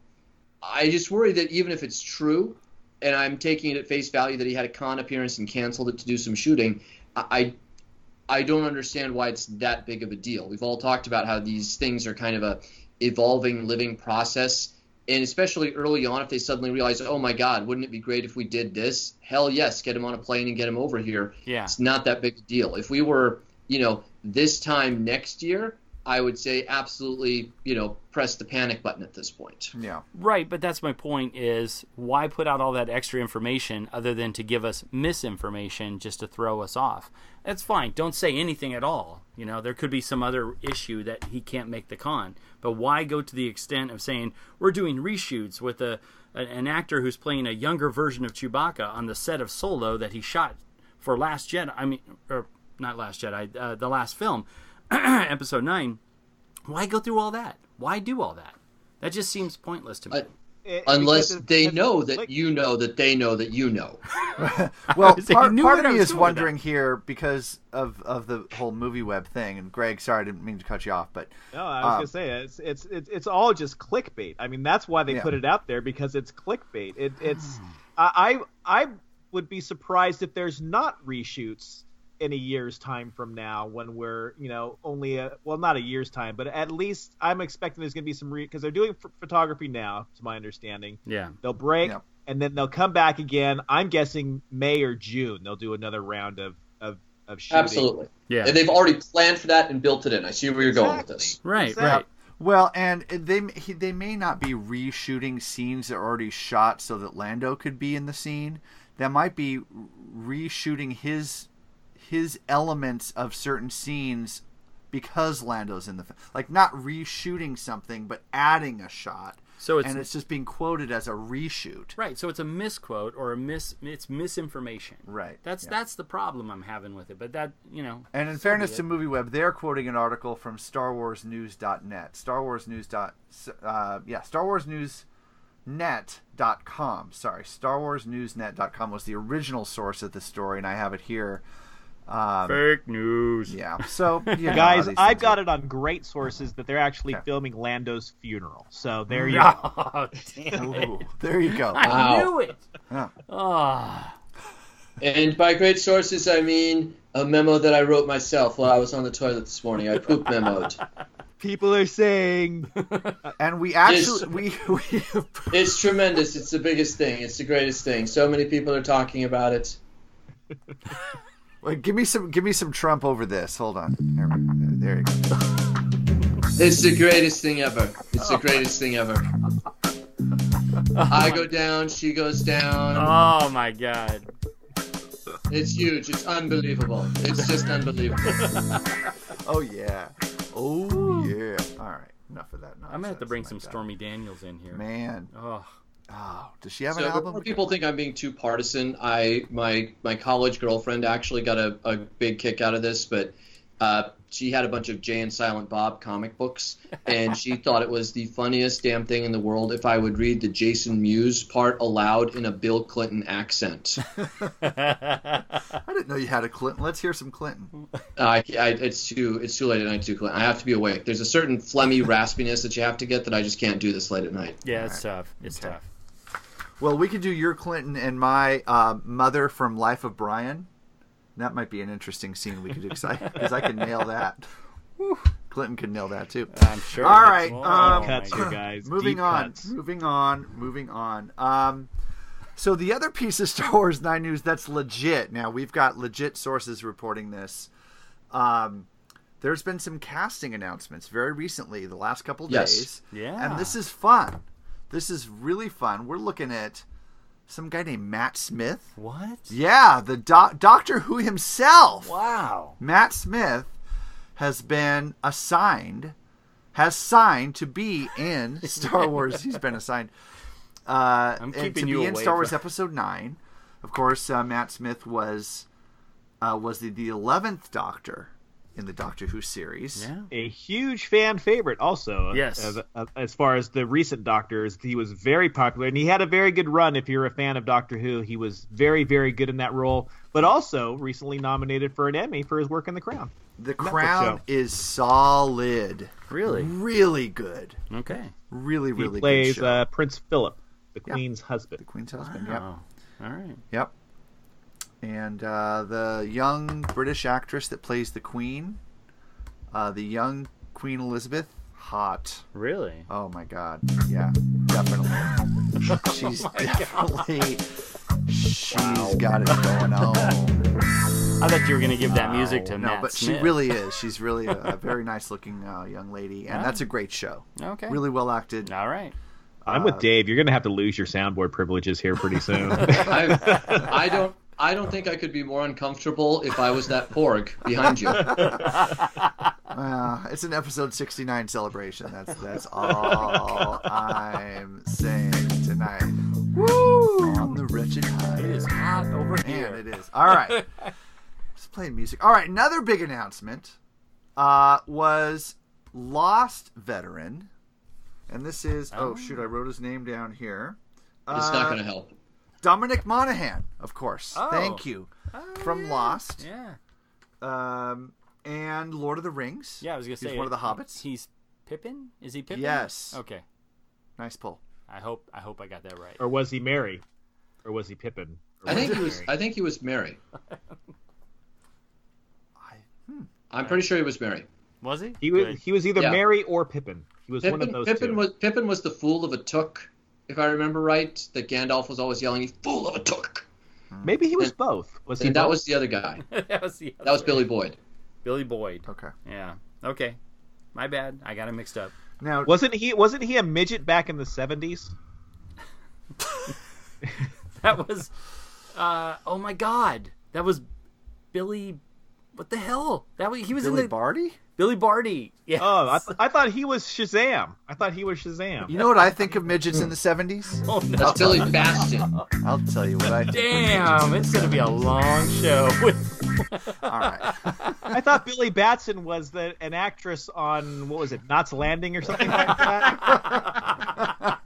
Speaker 7: I just worry that even if it's true, and I'm taking it at face value that he had a con appearance and canceled it to do some shooting, I. I I don't understand why it's that big of a deal. We've all talked about how these things are kind of a evolving, living process and especially early on, if they suddenly realize, oh my God, wouldn't it be great if we did this? Hell yes, get him on a plane and get him over here.
Speaker 9: Yeah.
Speaker 7: It's not that big a deal. If we were, you know, this time next year, I would say absolutely, you know, press the panic button at this point.
Speaker 14: Yeah.
Speaker 9: Right, but that's my point is why put out all that extra information other than to give us misinformation just to throw us off? That's fine. Don't say anything at all. You know, there could be some other issue that he can't make the con. But why go to the extent of saying we're doing reshoots with a an- an actor who's playing a younger version of Chewbacca on the set of Solo that he shot for Last Jedi, I mean, or not Last Jedi, uh, the last film, Episode 9. Why go through all that? Why do all that? That just seems pointless
Speaker 8: Uh,
Speaker 9: to me.
Speaker 7: Unless they know that you know that they know that you know.
Speaker 9: I
Speaker 8: Well,
Speaker 9: was- I
Speaker 8: part,
Speaker 9: knew
Speaker 8: part
Speaker 9: what
Speaker 8: of
Speaker 9: I
Speaker 8: me
Speaker 9: was
Speaker 8: is
Speaker 9: doing with
Speaker 8: wondering here because of, of the whole movie web thing. And Greg, sorry, I didn't mean to cut you off, but
Speaker 1: No, I was
Speaker 8: um,
Speaker 1: gonna say it's, it's it's it's all just clickbait. I mean, that's why they
Speaker 8: Yeah.
Speaker 1: put it out there because it's clickbait. It, it's
Speaker 9: Hmm.
Speaker 1: I, I I would be surprised if there's not reshoots in a year's time from now when we're you know only a well not a year's time but at least I'm expecting there's gonna be some because they're doing ph- photography now to my understanding.
Speaker 9: Yeah.
Speaker 1: They'll break
Speaker 8: Yep.
Speaker 1: and then they'll come back again. I'm guessing May or June they'll do another round of of of shooting.
Speaker 7: Absolutely.
Speaker 9: Yeah.
Speaker 7: And they've already planned for that and built it in. I see where you're going with this.
Speaker 9: Right,
Speaker 1: Exactly.
Speaker 9: right.
Speaker 8: well, and they he, they may not be reshooting scenes that are already shot so that Lando could be in the scene. That might be reshooting his his elements of certain scenes because Lando's in the film. Like not reshooting something, but adding a shot.
Speaker 9: So it's-
Speaker 8: and it's just being quoted as a reshoot.
Speaker 9: Right, so it's a misquote or a mis it's misinformation.
Speaker 8: Right,
Speaker 9: That's
Speaker 8: yeah.
Speaker 9: that's the problem I'm having with it. But that, you know,
Speaker 8: And in fairness to MovieWeb, they're quoting an article from StarWarsNews.net. StarWarsNews. dot- Uh, yeah, StarWarsNewsNet.com. Sorry, StarWarsNewsNet.com was the original source of the story, and I have it here. Um,
Speaker 9: fake news.
Speaker 8: yeah. So you know,
Speaker 1: Guys,
Speaker 8: these
Speaker 1: I've
Speaker 8: things
Speaker 1: got
Speaker 8: are-
Speaker 1: it on great sources that they're actually
Speaker 8: Okay.
Speaker 1: filming Lando's funeral. So there you go.
Speaker 9: Oh, damn it.
Speaker 8: Ooh, there you go.
Speaker 9: I
Speaker 7: Wow.
Speaker 9: knew it.
Speaker 8: Yeah.
Speaker 9: Ah.
Speaker 7: And by great sources, I mean a memo that I wrote myself while I was on the toilet this morning. I poop memoed.
Speaker 1: People are saying
Speaker 8: And we actually we, we
Speaker 7: It's tremendous. It's the biggest thing. It's the greatest thing. So many people are talking about it.
Speaker 8: wait, give me some give me some Trump over this. Hold on. There, we- there you go.
Speaker 7: It's the greatest thing ever. It's the greatest thing ever. I go down, she goes down.
Speaker 9: Oh my god.
Speaker 7: It's huge. It's unbelievable. It's just unbelievable.
Speaker 8: Oh yeah. Oh yeah. All right. Enough of that. Nonsense.
Speaker 9: I'm gonna have to bring some
Speaker 8: like that.
Speaker 9: Stormy Daniels in here.
Speaker 8: Man.
Speaker 9: Oh,
Speaker 8: Oh, does she have an
Speaker 7: So
Speaker 8: album?
Speaker 7: before people think I'm being too partisan, I my my college girlfriend actually got a, a big kick out of this, but uh, she had a bunch of Jay and Silent Bob comic books, and she thought it was the funniest damn thing in the world if I would read the Jason Mewes part aloud in a Bill Clinton accent.
Speaker 8: I didn't know you had a Clinton. Let's hear some Clinton.
Speaker 7: I, I, it's too it's too late at night too Clinton. I have to be awake. There's a certain phlegmy raspiness that you have to get that I just can't do this late at night.
Speaker 9: yeah, it's tough. It's tough.
Speaker 8: Well, we could do your Clinton and my uh, mother from Life of Brian. That might be an interesting scene we could do because I, can nail that. Whew. Clinton could nail that too.
Speaker 9: I'm sure.
Speaker 8: All
Speaker 9: it's-
Speaker 8: right,
Speaker 9: Oh,
Speaker 8: um,
Speaker 9: my
Speaker 1: cuts, you
Speaker 9: God.
Speaker 1: guys.
Speaker 8: moving
Speaker 1: Deep
Speaker 8: on,
Speaker 1: cuts.
Speaker 8: moving on, moving on. Um, so the other piece of Star Wars Nine news that's legit. Now we've got legit sources reporting this. Um, there's been some casting announcements very recently, the last couple
Speaker 7: Yes.
Speaker 8: days.
Speaker 9: Yeah.
Speaker 8: and this is fun. This is really fun. We're looking at some guy named Matt Smith.
Speaker 9: What?
Speaker 8: Yeah, the doc- Doctor Who himself.
Speaker 9: Wow.
Speaker 8: Matt Smith has been assigned, has signed to be in Star Wars. He's been assigned. Uh,
Speaker 9: I'm
Speaker 8: and
Speaker 9: keeping
Speaker 8: to
Speaker 9: you
Speaker 8: be in
Speaker 9: away
Speaker 8: Star Wars
Speaker 9: from-
Speaker 8: Episode Nine. Of course, uh, Matt Smith was uh, was the the eleventh Doctor in the Doctor Who series.
Speaker 9: Yeah.
Speaker 1: a huge fan favorite also
Speaker 9: Yes.
Speaker 1: as, as far as the recent doctors he was very popular and he had a very good run if you're a fan of doctor who he was very very good in that role but also recently nominated for an emmy for his work in the crown
Speaker 8: The Crown
Speaker 1: show.
Speaker 8: is solid,
Speaker 9: Really?
Speaker 8: really good,
Speaker 9: Okay.
Speaker 8: really
Speaker 1: he
Speaker 8: really
Speaker 1: plays
Speaker 8: good show.
Speaker 1: uh, prince philip the
Speaker 8: Yeah.
Speaker 1: queen's husband
Speaker 8: the Queen's husband. Yep.
Speaker 9: Wow. All right.
Speaker 8: Yep. And uh, the young British actress that plays the Queen, uh, the young Queen Elizabeth, hot.
Speaker 9: Really?
Speaker 8: Oh my God. Yeah, definitely.
Speaker 9: Oh
Speaker 8: She's definitely. she's got it going on.
Speaker 9: I thought you were going to give that music to
Speaker 8: no,
Speaker 9: Matt
Speaker 8: but she
Speaker 9: Smith.
Speaker 8: really is. She's really a, a very nice looking uh, young lady, and
Speaker 9: Yeah.
Speaker 8: that's a great show.
Speaker 9: Okay.
Speaker 8: really well acted.
Speaker 9: All right,
Speaker 1: I'm with Dave. You're going to have to lose your soundboard privileges here pretty soon.
Speaker 7: I, I don't. I don't think I could be more uncomfortable if I was that porg behind you.
Speaker 8: Uh, it's an episode 69 celebration. That's that's all I'm saying tonight. Woo! On the wretched high.
Speaker 9: It is hot over here.
Speaker 8: Man, it is. All right. Just playing music. All right. Another big announcement uh, was Lost Veteran. And this is, oh, shoot, I wrote his name down here. Uh,
Speaker 7: It's not going to help.
Speaker 8: Dominic Monaghan, of course.
Speaker 9: Oh.
Speaker 8: Thank you. From Lost.
Speaker 9: yeah,
Speaker 8: Um, and Lord of the Rings.
Speaker 9: yeah. I was going to say
Speaker 8: He's one of the hobbits.
Speaker 9: He's Pippin. Is he Pippin?
Speaker 8: Yes.
Speaker 9: Okay.
Speaker 8: Nice pull.
Speaker 9: I hope I hope I got that right.
Speaker 1: or was he Mary? Or was he Pippin? Or
Speaker 7: I think
Speaker 1: was
Speaker 7: he was.
Speaker 1: Mary?
Speaker 7: I think he was Mary. I'm pretty sure he was Mary.
Speaker 9: Was he?
Speaker 1: He was,
Speaker 9: Good.
Speaker 1: he was either
Speaker 7: Yeah.
Speaker 1: Mary or Pippin. He was one of
Speaker 7: Pippin,
Speaker 1: those
Speaker 7: Pippin
Speaker 1: two.
Speaker 7: was Pippin was the fool of a took, if I remember right. That Gandalf was always yelling, "Fool of a took!"
Speaker 1: Maybe he was both. Was he
Speaker 7: And that
Speaker 1: both?
Speaker 7: was the other guy.
Speaker 9: that was the
Speaker 7: That was Billy Boyd.
Speaker 9: Billy Boyd.
Speaker 8: Okay.
Speaker 9: Yeah. Okay. My bad. I got him mixed up.
Speaker 8: Now,
Speaker 1: Wasn't he wasn't he a midget back in the 70s?
Speaker 9: That was. Uh, oh my God. That was Billy. What the hell? That was, he was
Speaker 8: Billy
Speaker 9: in the
Speaker 8: Barty?
Speaker 9: Billy Barty. Yeah.
Speaker 1: Oh, I, th- I thought he was Shazam. I thought he was Shazam.
Speaker 8: You know what I think of midgets in the 70s?
Speaker 9: oh no.
Speaker 7: That's Billy Baston.
Speaker 8: I'll tell you what I think.
Speaker 9: Damn, it's gonna be a long show. With...
Speaker 8: All right.
Speaker 1: I thought Billy Batson was the, an actress on what was it, Knots Landing or something like that.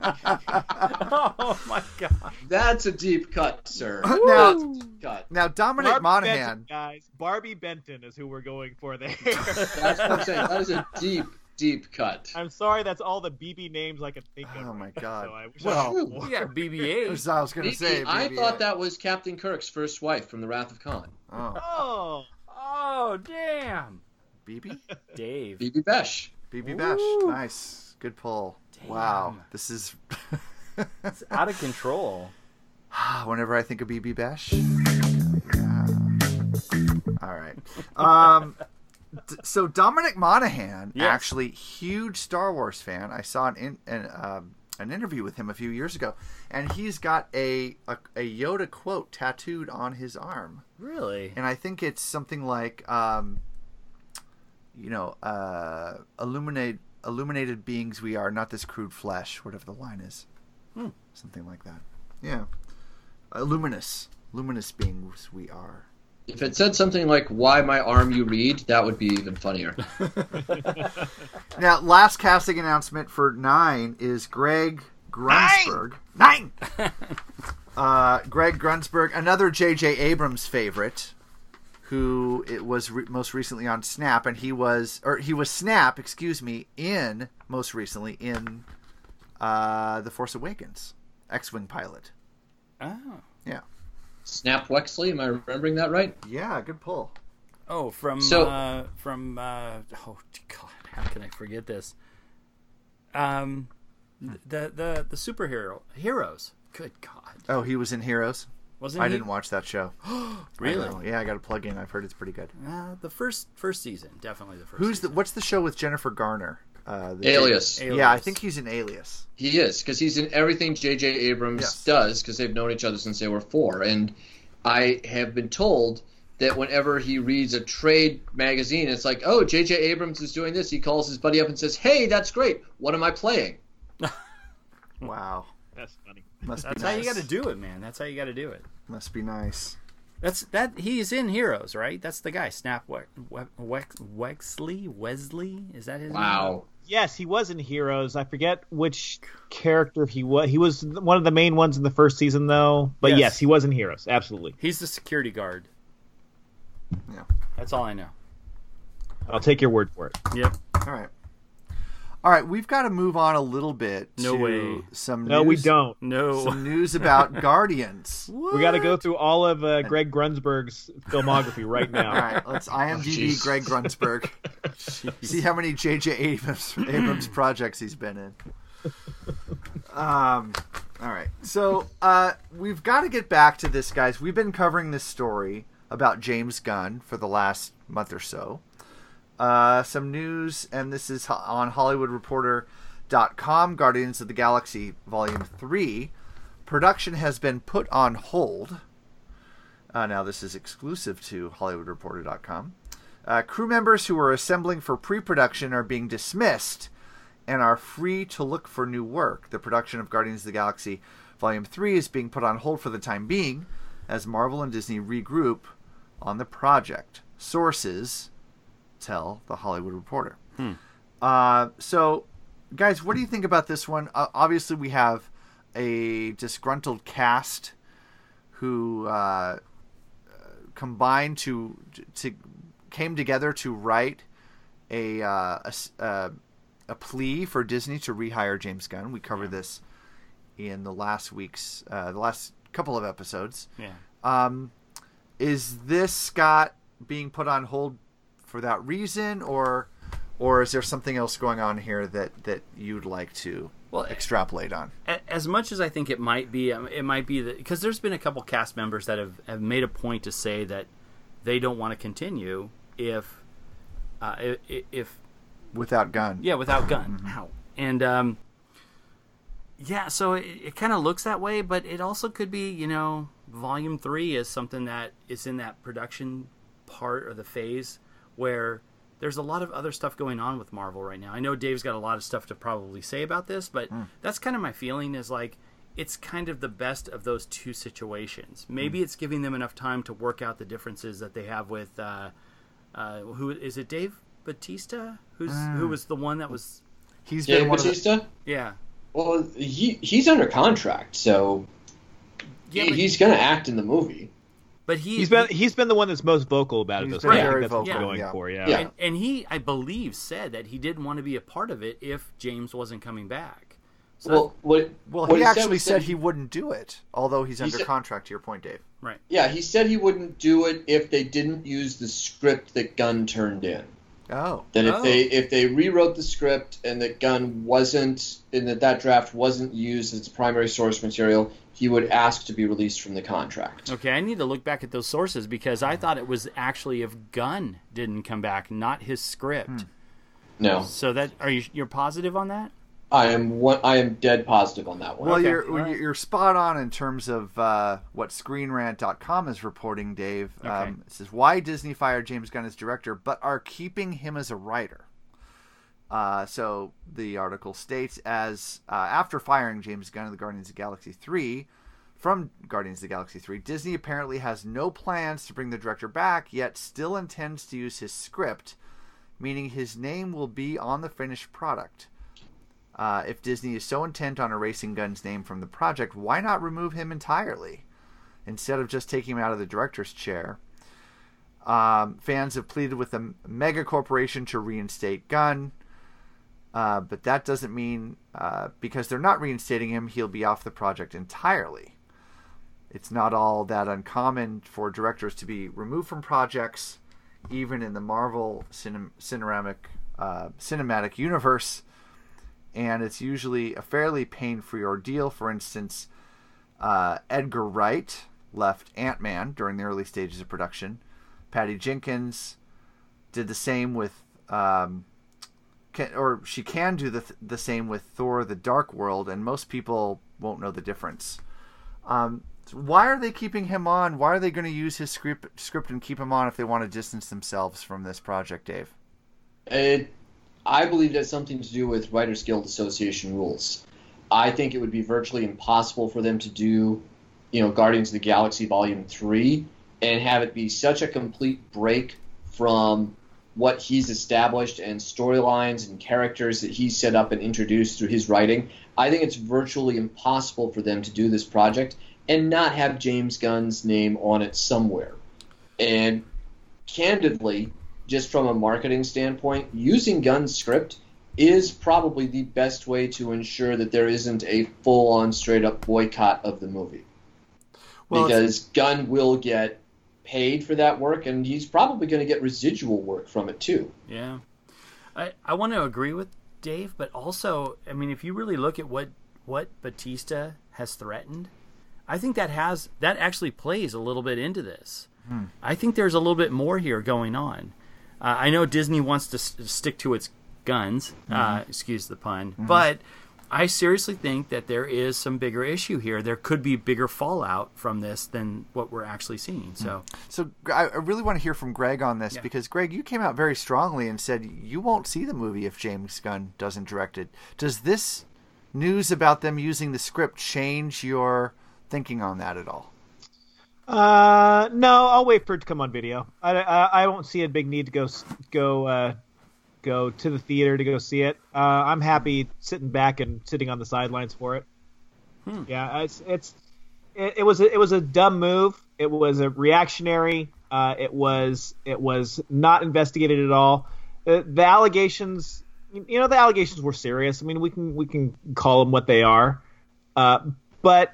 Speaker 9: oh my God.
Speaker 7: That's a deep cut, sir.
Speaker 8: Now,
Speaker 7: Cut.
Speaker 8: now Dominic
Speaker 1: Barbie Benton,
Speaker 8: Monaghan.
Speaker 1: guys. Barbie Benton is who we're going for there.
Speaker 7: That's what I'm saying. That is a deep, deep cut.
Speaker 1: I'm sorry, that's all the BB names I could think of.
Speaker 8: Oh my
Speaker 1: right now,
Speaker 8: God.
Speaker 1: So I wish I
Speaker 8: Well,
Speaker 1: had
Speaker 7: True.
Speaker 1: more.
Speaker 9: Yeah,
Speaker 8: that's
Speaker 9: BBA.
Speaker 8: what I was going to
Speaker 7: Maybe-
Speaker 8: say.
Speaker 7: I
Speaker 8: BB-8.
Speaker 1: uh,
Speaker 7: thought that was Captain Kirk's first wife from The Wrath of Khan,
Speaker 8: Oh,
Speaker 1: Oh,
Speaker 9: Oh damn.
Speaker 8: BB?
Speaker 9: Dave.
Speaker 7: Phoebe Besh.
Speaker 8: BB Bash. Nice. Good pull. Wow. This is.
Speaker 9: It's out of control.
Speaker 8: Whenever I think of BB Bash. Yeah. All right. Um, d- so Dominic Monaghan,
Speaker 9: Yes.
Speaker 8: actually huge Star Wars fan. I saw an in, an, um, an interview with him a few years ago, and he's got a, a a Yoda quote tattooed on his arm,
Speaker 9: Really?
Speaker 8: and I think it's something like, um, you know, uh, illuminate illuminated beings we are, not this crude flesh, whatever the line is, something like that. Yeah, uh, luminous, luminous beings we are.
Speaker 7: If it said something like "Why my arm you read," that would be even funnier.
Speaker 8: Now, last casting announcement for nine is Greg Grunsberg. Nine. uh, Greg Grunsberg, another J.J. Abrams favorite, who it was re- most recently on Snap, and he was or he was Snap, excuse me, in most recently in uh, the Force Awakens, X-wing pilot.
Speaker 9: Oh.
Speaker 8: Yeah.
Speaker 7: Snap Wexley, am I remembering that right?
Speaker 8: Yeah. Good pull.
Speaker 9: Oh, from
Speaker 7: So-
Speaker 9: uh, from uh, oh god, how can I forget this? Um, the the the superhero heroes. Good god,
Speaker 8: Oh, he was in Heroes.
Speaker 9: wasn't
Speaker 8: I
Speaker 9: he?
Speaker 8: didn't watch that show.
Speaker 9: really.
Speaker 8: Oh, yeah, I got to plug in. I've heard it's pretty good.
Speaker 9: Uh, the first first season, definitely the first.
Speaker 8: Who's the?
Speaker 9: season.
Speaker 8: What's the show with Jennifer Garner? Uh, the
Speaker 7: Alias.
Speaker 8: Yeah, I
Speaker 9: Alias.
Speaker 8: think he's an alias.
Speaker 7: He is because he's in everything J.J. Abrams
Speaker 8: Yes.
Speaker 7: does because they've known each other since they were four. And I have been told that whenever he reads a trade magazine, it's like, oh, J.J. Abrams is doing this. He calls his buddy up and says, "Hey, that's great. What am I playing?"
Speaker 8: Wow.
Speaker 1: that's funny.
Speaker 8: Must
Speaker 9: That's
Speaker 8: be nice.
Speaker 9: how you got to do it, man. That's how you got to do it.
Speaker 8: Must be nice.
Speaker 9: That's that. He's in Heroes, right? That's the guy. Snap we- we- Wex- Wexley Wesley. Is that his name?
Speaker 7: Wow.
Speaker 1: Yes, he was in Heroes. I forget which character he was. He was one of the main ones in the first season, though. But
Speaker 9: Yes.
Speaker 1: yes, he was in Heroes. Absolutely.
Speaker 9: He's the security guard.
Speaker 8: Yeah.
Speaker 9: That's all I know.
Speaker 1: I'll take your word for it.
Speaker 9: Yep.
Speaker 8: All right. All right, we've got to move on a little bit.
Speaker 9: No
Speaker 8: to
Speaker 9: way.
Speaker 8: Some
Speaker 1: No,
Speaker 8: news,
Speaker 1: we don't.
Speaker 9: No.
Speaker 8: Some news about Guardians.
Speaker 1: We got to go through all of uh, Greg Grunsberg's filmography right
Speaker 8: All
Speaker 1: now.
Speaker 8: right, let's IMDb
Speaker 7: Jeez.
Speaker 8: Greg Grunsberg. See how many J.J. Abrams, Abrams projects he's been in. Um, all right, so uh, we've got to get back to this, guys. We've been covering this story about James Gunn for the last month or so. Uh, some news, and this is ho- on HollywoodReporter.com Guardians of the Galaxy Volume 3. Production has been put on hold. Uh, now, this is exclusive to HollywoodReporter.com. Uh, crew members who are assembling for pre production are being dismissed and are free to look for new work. The production of Guardians of the Galaxy Volume 3 is being put on hold for the time being as Marvel and Disney regroup on the project. Sources tell The Hollywood Reporter.
Speaker 9: Hmm.
Speaker 8: Uh, so, guys, what do you think about this one? Uh, obviously, we have a disgruntled cast who uh, combined to to came together to write a uh, a, s- uh, a plea for Disney to rehire James Gunn. We covered this in the last week's uh, the last couple of episodes.
Speaker 9: Yeah.
Speaker 8: Um, is this Scott being put on hold for that reason, or or is there something else going on here that that you'd like to extrapolate on?
Speaker 9: A- as much as I think it might be, um, it might be that because there's been a couple cast members that have, have made a point to say that they don't want to continue if uh, i- i- if
Speaker 8: Without gun,
Speaker 9: yeah without gun Ow. and um yeah so it, it kind of looks that way but it also could be you know volume three is something that is in that production part or the phase where there's a lot of other stuff going on with marvel right now i know dave's got a lot of stuff to probably say about this but
Speaker 8: Mm.
Speaker 9: that's kind of my feeling is like it's kind of the best of those two situations maybe it's giving them enough time to work out the differences that they have with uh, uh, who is it dave batista who's who
Speaker 7: Mm.
Speaker 9: was the one that was
Speaker 8: He's
Speaker 7: Dave Batista.
Speaker 9: yeah.
Speaker 7: Well, he he's under contract, so
Speaker 9: Yeah,
Speaker 7: he-
Speaker 9: but-
Speaker 7: he's going to act in the movie.
Speaker 9: But he,
Speaker 1: has been he's been the one that's most vocal about it.
Speaker 8: He's
Speaker 1: Those
Speaker 8: been
Speaker 1: days. I
Speaker 8: very
Speaker 1: think that's what we're
Speaker 8: vocal,
Speaker 1: going
Speaker 8: yeah.
Speaker 1: for. Yeah.
Speaker 9: And, and he, I believe, said that he didn't want to be a part of it if James wasn't coming back. So
Speaker 7: Well, what,
Speaker 8: Well,
Speaker 7: what
Speaker 8: he
Speaker 7: said
Speaker 8: actually
Speaker 7: was
Speaker 8: said
Speaker 7: that-
Speaker 8: he wouldn't do it, although he's
Speaker 7: He
Speaker 8: under
Speaker 7: said-
Speaker 8: contract. To your point, Dave.
Speaker 9: right.
Speaker 7: Yeah, he said he wouldn't do it if they didn't use the script that Gunn turned in.
Speaker 8: Oh,
Speaker 7: That if
Speaker 9: Oh.
Speaker 7: they if they rewrote the script and that Gunn wasn't and that that draft wasn't used as primary source material, he would ask to be released from the contract.
Speaker 9: Okay, I need to look back at those sources because I thought it was actually if Gunn didn't come back, not his script.
Speaker 7: No,
Speaker 9: So that are you you're positive on that?
Speaker 7: I am one. I am dead positive on that one.
Speaker 8: Well,
Speaker 9: Okay,
Speaker 8: you're
Speaker 9: all right.
Speaker 8: you're spot on in terms of uh, what ScreenRant.com is reporting, Dave.
Speaker 9: Okay.
Speaker 8: Um, it says why Disney fired James Gunn as director, but are keeping him as a writer. Uh, so the article states as uh, after firing James Gunn of the Guardians of the Galaxy three from Guardians of the Galaxy three, Disney apparently has no plans to bring the director back, yet still intends to use his script, meaning his name will be on the finished product. Uh, if Disney is so intent on erasing Gunn's name from the project, why not remove him entirely instead of just taking him out of the director's chair? Um, fans have pleaded with the mega corporation to reinstate Gunn, uh, but that doesn't mean uh, because they're not reinstating him, he'll be off the project entirely. It's not all that uncommon for directors to be removed from projects, even in the Marvel cinem- cineramic, uh, cinematic universe and it's usually a fairly pain-free ordeal. For instance, uh, Edgar Wright left Ant-Man during the early stages of production. Patty Jenkins did the same with, um, can, or she can do the the same with Thor: The Dark World, and most people won't know the difference. Um, so why are they keeping him on? Why are they going to use his script script and keep him on if they want to distance themselves from this project, Dave?
Speaker 7: It, I believe it has something to do with Writers Guild Association rules. I think it would be virtually impossible for them to do, you know, Guardians of the Galaxy Volume Three and have it be such a complete break from what he's established and storylines and characters that he set up and introduced through his writing. I think it's virtually impossible for them to do this project and not have James Gunn's name on it somewhere. And candidly, just from a marketing standpoint, using gun script is probably the best way to ensure that there isn't a full on straight up boycott of the movie.
Speaker 8: Well, it's-
Speaker 7: because Gunn will get paid for that work and he's probably going to get residual work from it too.
Speaker 9: Yeah. I, I want to agree with Dave, but also, I mean, if you really look at what what Batista has threatened, I think that has that actually plays a little bit into this. Hmm. I think there's a little bit more here going on. Uh, I know Disney wants to s- stick to its guns, uh,
Speaker 15: Mhm.
Speaker 9: excuse the pun,
Speaker 15: Mhm.
Speaker 9: but I seriously think that there is some bigger issue here. There could be bigger fallout from this than what we're actually seeing. So,
Speaker 8: So I I really want to hear from Greg on this
Speaker 9: Yeah.
Speaker 8: because Greg, you came out very strongly and said you won't see the movie if James Gunn doesn't direct it. Does this news about them using the script change your thinking on that at all?
Speaker 1: Uh, no, I'll wait for it to come on video. I, I, I won't see a big need to go s- go uh, go to the theater to go see it. Uh, I'm happy sitting back and sitting on the sidelines for it. Yeah, it's it's it, it was a, it was a dumb move. It was a reactionary. Uh, it was it was not investigated at all. The, the allegations, you know, the allegations were serious. I mean, we can we can call them what they are, uh, but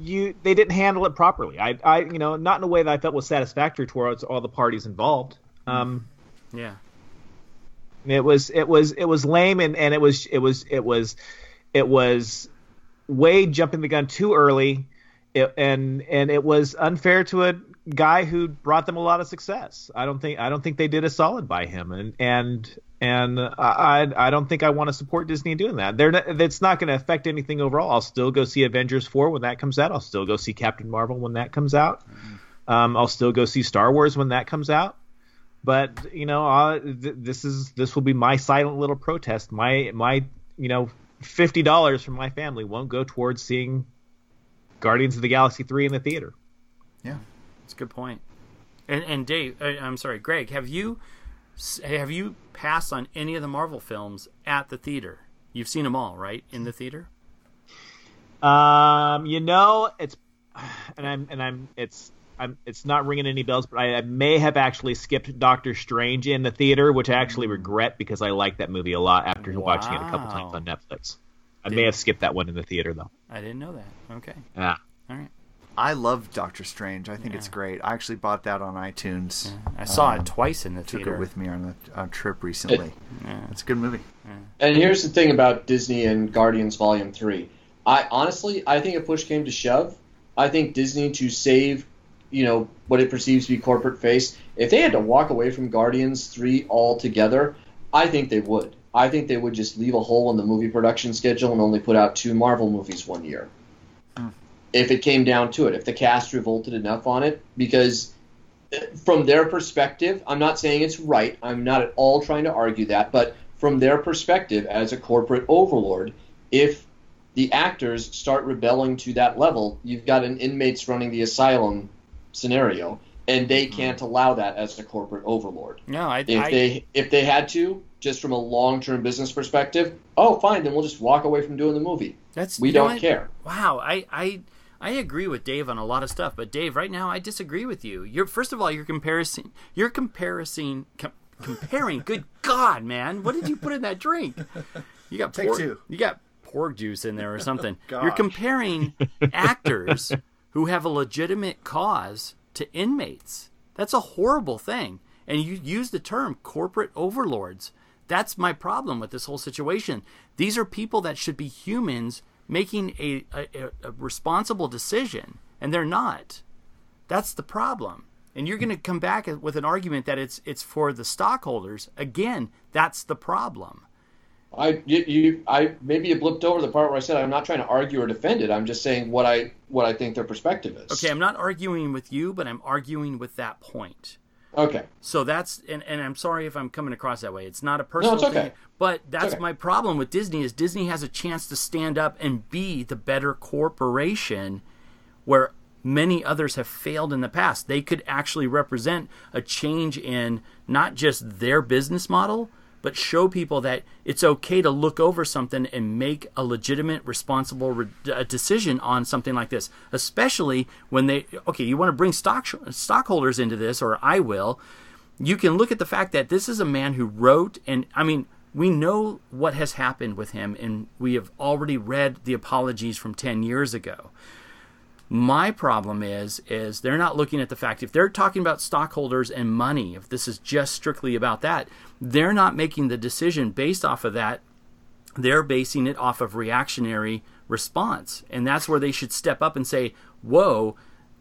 Speaker 1: you they didn't handle it properly. I I you know not in a way that I felt was satisfactory towards all the parties involved. Um,
Speaker 9: yeah.
Speaker 1: it was it was it was lame and, and it was it was it was it was Wade jumping the gun too early it, and and it was unfair to a guy who brought them a lot of success. I don't think I don't think they did a solid by him and and and I I I don't think I want to support Disney in doing that. They're not, it's not going to affect anything overall. I'll still go see Avengers 4 when that comes out. I'll still go see Captain Marvel when that comes out. Um, I'll still go see Star Wars when that comes out but you know I, th- this is this will be my silent little protest my my you know fifty dollars from my family won't go towards seeing guardians of the galaxy 3 in the theater
Speaker 9: It's a good point. And and Dave, I, I'm sorry, Greg, have you s- have you passed on any of the Marvel films at the theater? You've seen them all, right? In the theater.
Speaker 1: um you know it's and i'm and i'm it's i'm it's not ringing any bells but i, I may have actually skipped doctor strange in the theater which i actually regret because i like that movie a lot after watching it a couple times on netflix i may have skipped that one in the theater though
Speaker 9: I didn't know that. Okay.
Speaker 1: yeah
Speaker 9: All right.
Speaker 8: I love Doctor Strange. I think it's great. I actually bought that on iTunes.
Speaker 9: I saw it twice in the
Speaker 8: Um, took
Speaker 9: theater.
Speaker 8: it with me on a, on a trip recently. It's a good movie.
Speaker 7: And here's the thing about Disney and Guardians Volume 3. I honestly, I think if push came to shove, I think Disney to save, you know, what it perceives to be corporate face, if they had to walk away from Guardians 3 altogether, I think they would. I think they would just leave a hole in the movie production schedule and only put out two Marvel movies one year. If it came down to it, if the cast revolted enough on it, because from their perspective, I'm not saying it's right. I'm not at all trying to argue that, but from their perspective as a corporate overlord, if the actors start rebelling to that level, you've got an inmates running the asylum scenario, and they can't allow that as a corporate overlord.
Speaker 9: No, I.
Speaker 7: If
Speaker 9: I
Speaker 7: they if they had to, just from a long term business perspective, oh fine, then we'll just walk away from doing the movie.
Speaker 9: That's
Speaker 7: we
Speaker 9: you know
Speaker 7: don't
Speaker 9: what?
Speaker 7: care.
Speaker 9: Wow, I, I I agree with Dave on a lot of stuff, but Dave, right now I disagree with you. You're first of all, you're comparison, you're comparison, com- comparing. good God, man, what did you put in that drink? You got
Speaker 8: Take
Speaker 9: pork-
Speaker 8: two.
Speaker 9: You got pork juice in there or something.
Speaker 8: Gosh.
Speaker 9: You're comparing actors who have a legitimate cause to inmates. That's a horrible thing. And you use the term corporate overlords. That's my problem with this whole situation. These are people that should be humans making a, a, a- a responsible decision, and they're not. That's the problem. And you're going to come back with an argument that it's it's for the stockholders. Again, that's the problem.
Speaker 7: I you, you I maybe you blipped over the part where I said I'm not trying to argue or defend it. I'm just saying what I what I think their perspective is.
Speaker 9: Okay, I'm not arguing with you, but I'm arguing with that point.
Speaker 7: Okay.
Speaker 9: So that's and, and I'm sorry if I'm coming across that way. It's not a personal
Speaker 7: it's okay.
Speaker 9: thing, but that's
Speaker 7: okay.
Speaker 9: my problem with Disney is Disney has a chance to stand up and be the better corporation where many others have failed in the past. They could actually represent a change in not just their business model, but show people that it's okay to look over something and make a legitimate, responsible re- uh, decision on something like this. Especially when they, okay, you want to bring stock stockholders into this, or I will. You can look at the fact that this is a man who wrote, and I mean, we know what has happened with him, and we have already read the apologies from 10 years ago. My problem is is they're not looking at the fact if they're talking about stockholders and money, if this is just strictly about that, they're not making the decision based off of that. They're basing it off of reactionary response. And that's where they should step up and say, "Whoa,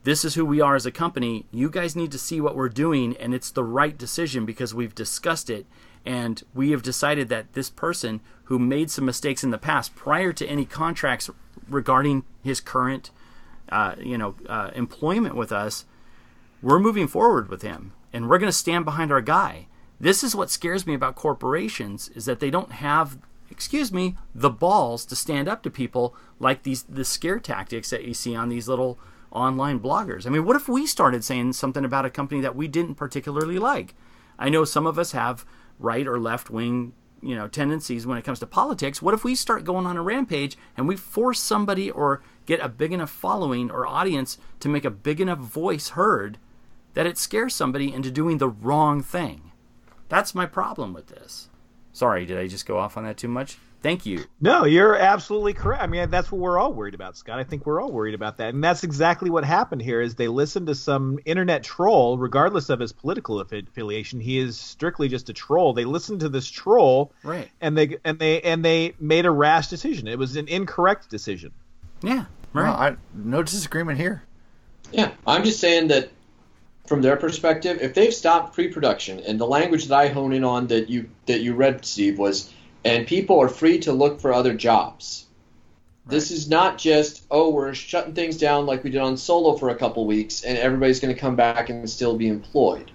Speaker 9: this is who we are as a company. You guys need to see what we're doing, and it's the right decision because we've discussed it and we have decided that this person who made some mistakes in the past prior to any contracts regarding his current uh, you know uh, employment with us we're moving forward with him and we're going to stand behind our guy this is what scares me about corporations is that they don't have excuse me the balls to stand up to people like these the scare tactics that you see on these little online bloggers i mean what if we started saying something about a company that we didn't particularly like i know some of us have right or left wing you know tendencies when it comes to politics what if we start going on a rampage and we force somebody or get a big enough following or audience to make a big enough voice heard that it scares somebody into doing the wrong thing that's my problem with this sorry did i just go off on that too much thank you
Speaker 1: No, you're absolutely correct. I mean, that's what we're all worried about, Scott. I think we're all worried about that, and that's exactly what happened here. Is they listened to some internet troll, regardless of his political affi- affiliation. He is strictly just a troll. They listened to this troll,
Speaker 9: Right.
Speaker 1: and they and they and they made a rash decision. It was an incorrect decision.
Speaker 9: yeah
Speaker 8: No, I, no disagreement here.
Speaker 7: Yeah, I'm just saying that from their perspective, if they've stopped pre-production and the language that I hone in on that you that you read, Steve, was and people are free to look for other jobs. This is not just oh we're shutting things down like we did on Solo for a couple weeks and everybody's going to come back and still be employed,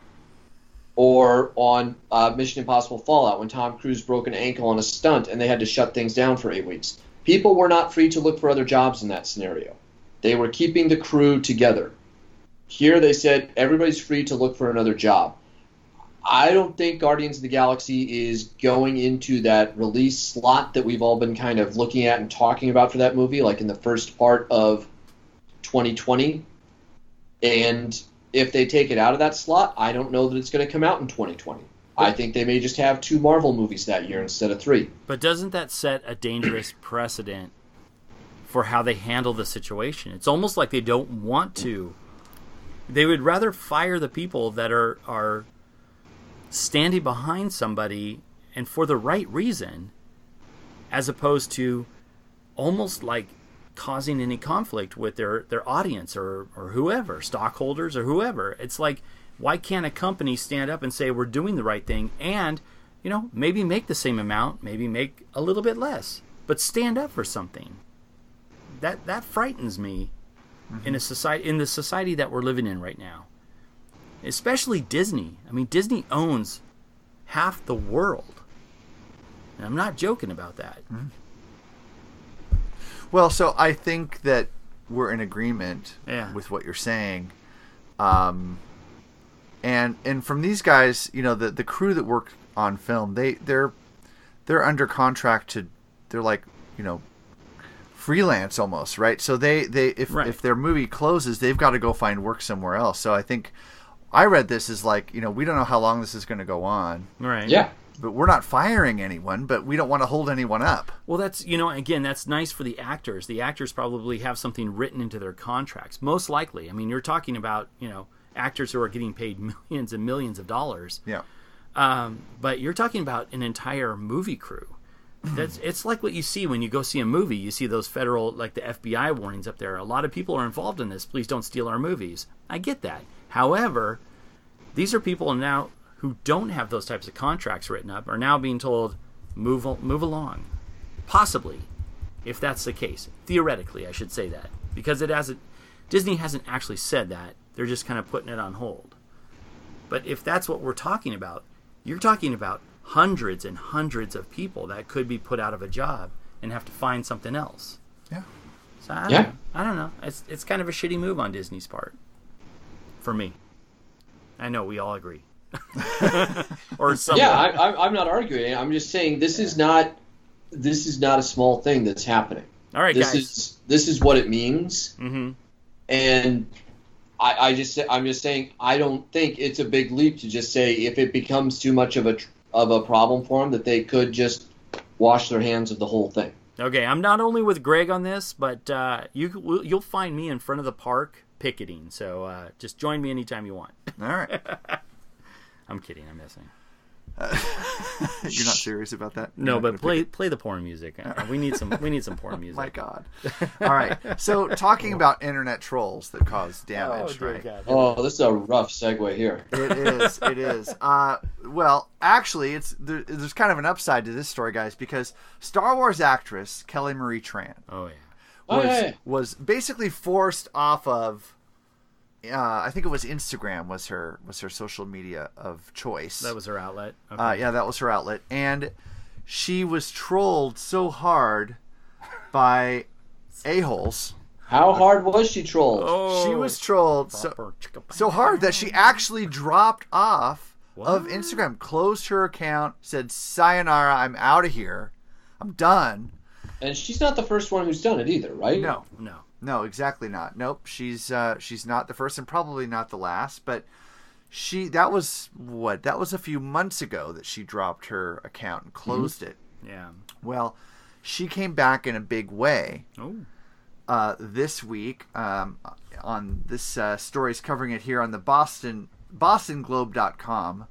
Speaker 7: or on uh, Mission Impossible Fallout when Tom Cruise broke an ankle on a stunt and they had to shut things down for eight weeks. People were not free to look for other jobs in that scenario. They were keeping the crew together. Here they said everybody's free to look for another job. I don't think Guardians of the Galaxy is going into that release slot that we've all been kind of looking at and talking about for that movie, like in the first part of 2020. And if they take it out of that slot, I don't know that it's going to come out in 2020. I think they may just have two Marvel movies that year instead of three.
Speaker 9: But doesn't that set a dangerous precedent for how they handle the situation? It's almost like they don't want to. They would rather fire the people that are are standing behind somebody and for the right reason as opposed to almost like causing any conflict with their, their audience or, or whoever, stockholders or whoever. It's like, why can't a company stand up and say we're doing the right thing and, you know, maybe make the same amount, maybe make a little bit less, but stand up for something? That that frightens me in a society in the society that we're living in right now. Especially Disney. I mean, Disney owns half the world. And I'm not joking about that.
Speaker 8: Well, so I think that we're in agreement
Speaker 9: Yeah.
Speaker 8: with what you're saying. Um, and and from these guys, you know, the the crew that worked on film, they they're they're under contract to they're like, you know, freelance almost, right? So they they if
Speaker 9: Right.
Speaker 8: if their movie closes, they've got to go find work somewhere else. So I think I read this as like, you know, we don't know how long this is going to go on.
Speaker 9: Right.
Speaker 7: Yeah.
Speaker 8: But we're not firing anyone, but we don't want to hold anyone up.
Speaker 9: Well, that's you know again that's nice for the actors. The actors probably have something written into their contracts, most likely. I mean, you're talking about you know actors who are getting paid millions and millions of dollars,
Speaker 8: Yeah.
Speaker 9: um, but you're talking about an entire movie crew. That's it's like what you see when you go see a movie. You see those federal like the FBI warnings up there. A lot of people are involved in this. Please don't steal our movies. I get that. However, these are people now who don't have those types of contracts written up are now being told move al- move along possibly if that's the case theoretically i should say that because it hasn't disney hasn't actually said that they're just kind of putting it on hold but if that's what we're talking about you're talking about hundreds and hundreds of people that could be put out of a job and have to find something else
Speaker 8: Yeah.
Speaker 9: so i don't,
Speaker 7: Yeah.
Speaker 9: know. I don't know it's, it's kind of a shitty move on disney's part for me i know we all agree or some
Speaker 7: Yeah, I, I, I'm not arguing. I'm just saying this is not this is not a small thing that's happening.
Speaker 9: all right
Speaker 7: this
Speaker 9: guys
Speaker 7: is this is what it means.
Speaker 9: mm-hmm.
Speaker 7: And I, I just I'm just saying I don't think it's a big leap to just say if it becomes too much of a tr- of a problem for them that they could just wash their hands of the whole thing.
Speaker 9: Okay, I'm not only with Greg on this, but uh, you you'll find me in front of the park picketing. So uh, just join me anytime you want.
Speaker 8: All right.
Speaker 9: I'm kidding. I'm messing.
Speaker 8: You're not serious about that? You're
Speaker 9: No,
Speaker 8: not
Speaker 9: but
Speaker 8: gonna
Speaker 9: play
Speaker 8: pick
Speaker 9: play the porn music. Uh, We need some we need some porn music.
Speaker 8: My God. it? All right. So talking about internet trolls that cause damage, right?
Speaker 7: Oh, this is a rough segue here.
Speaker 8: It is. It is. Uh, well, actually, it's there, there's kind of an upside to this story, guys, because Star Wars actress Kelly Marie Tran.
Speaker 9: Oh yeah.
Speaker 8: Was
Speaker 7: Oh, yeah.
Speaker 8: was basically forced off of. Uh, I think it was Instagram was her was her social media of choice.
Speaker 9: That was her outlet. Okay.
Speaker 8: Uh, yeah, that was her outlet, and she was trolled so hard by a holes.
Speaker 7: How hard was she trolled?
Speaker 9: Oh.
Speaker 8: she was trolled so, so hard that she actually dropped off of Instagram, closed her account, said "Sayonara, I'm out of here, I'm done."
Speaker 7: And she's not the first one who's done it either, right?
Speaker 8: No,
Speaker 9: no,
Speaker 8: no, exactly not. Nope, she's uh, she's not the first, and probably not the last. But she that was what that was a few months ago that she dropped her account and closed it.
Speaker 9: Yeah.
Speaker 8: Well, she came back in a big way
Speaker 9: Oh.
Speaker 8: uh, this week um, on this uh, stories covering it here on the Boston BostonGlobe.com,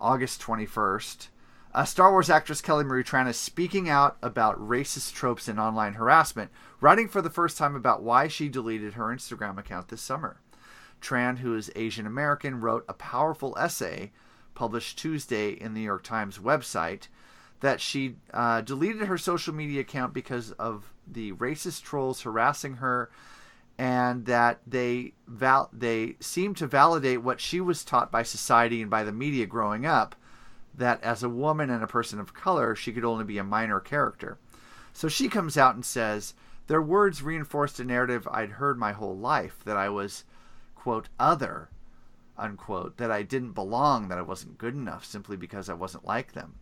Speaker 8: August twenty first. Uh, Star Wars actress Kelly Marie Tran is speaking out about racist tropes and online harassment, writing for the first time about why she deleted her Instagram account this summer. Tran, who is Asian American, wrote a powerful essay published Tuesday in the New York Times website that she uh, deleted her social media account because of the racist trolls harassing her and that they val- they seem to validate what she was taught by society and by the media growing up that as a woman and a person of color she could only be a minor character so she comes out and says their words reinforced a narrative i'd heard my whole life that i was quote other unquote that i didn't belong that i wasn't good enough simply because i wasn't like them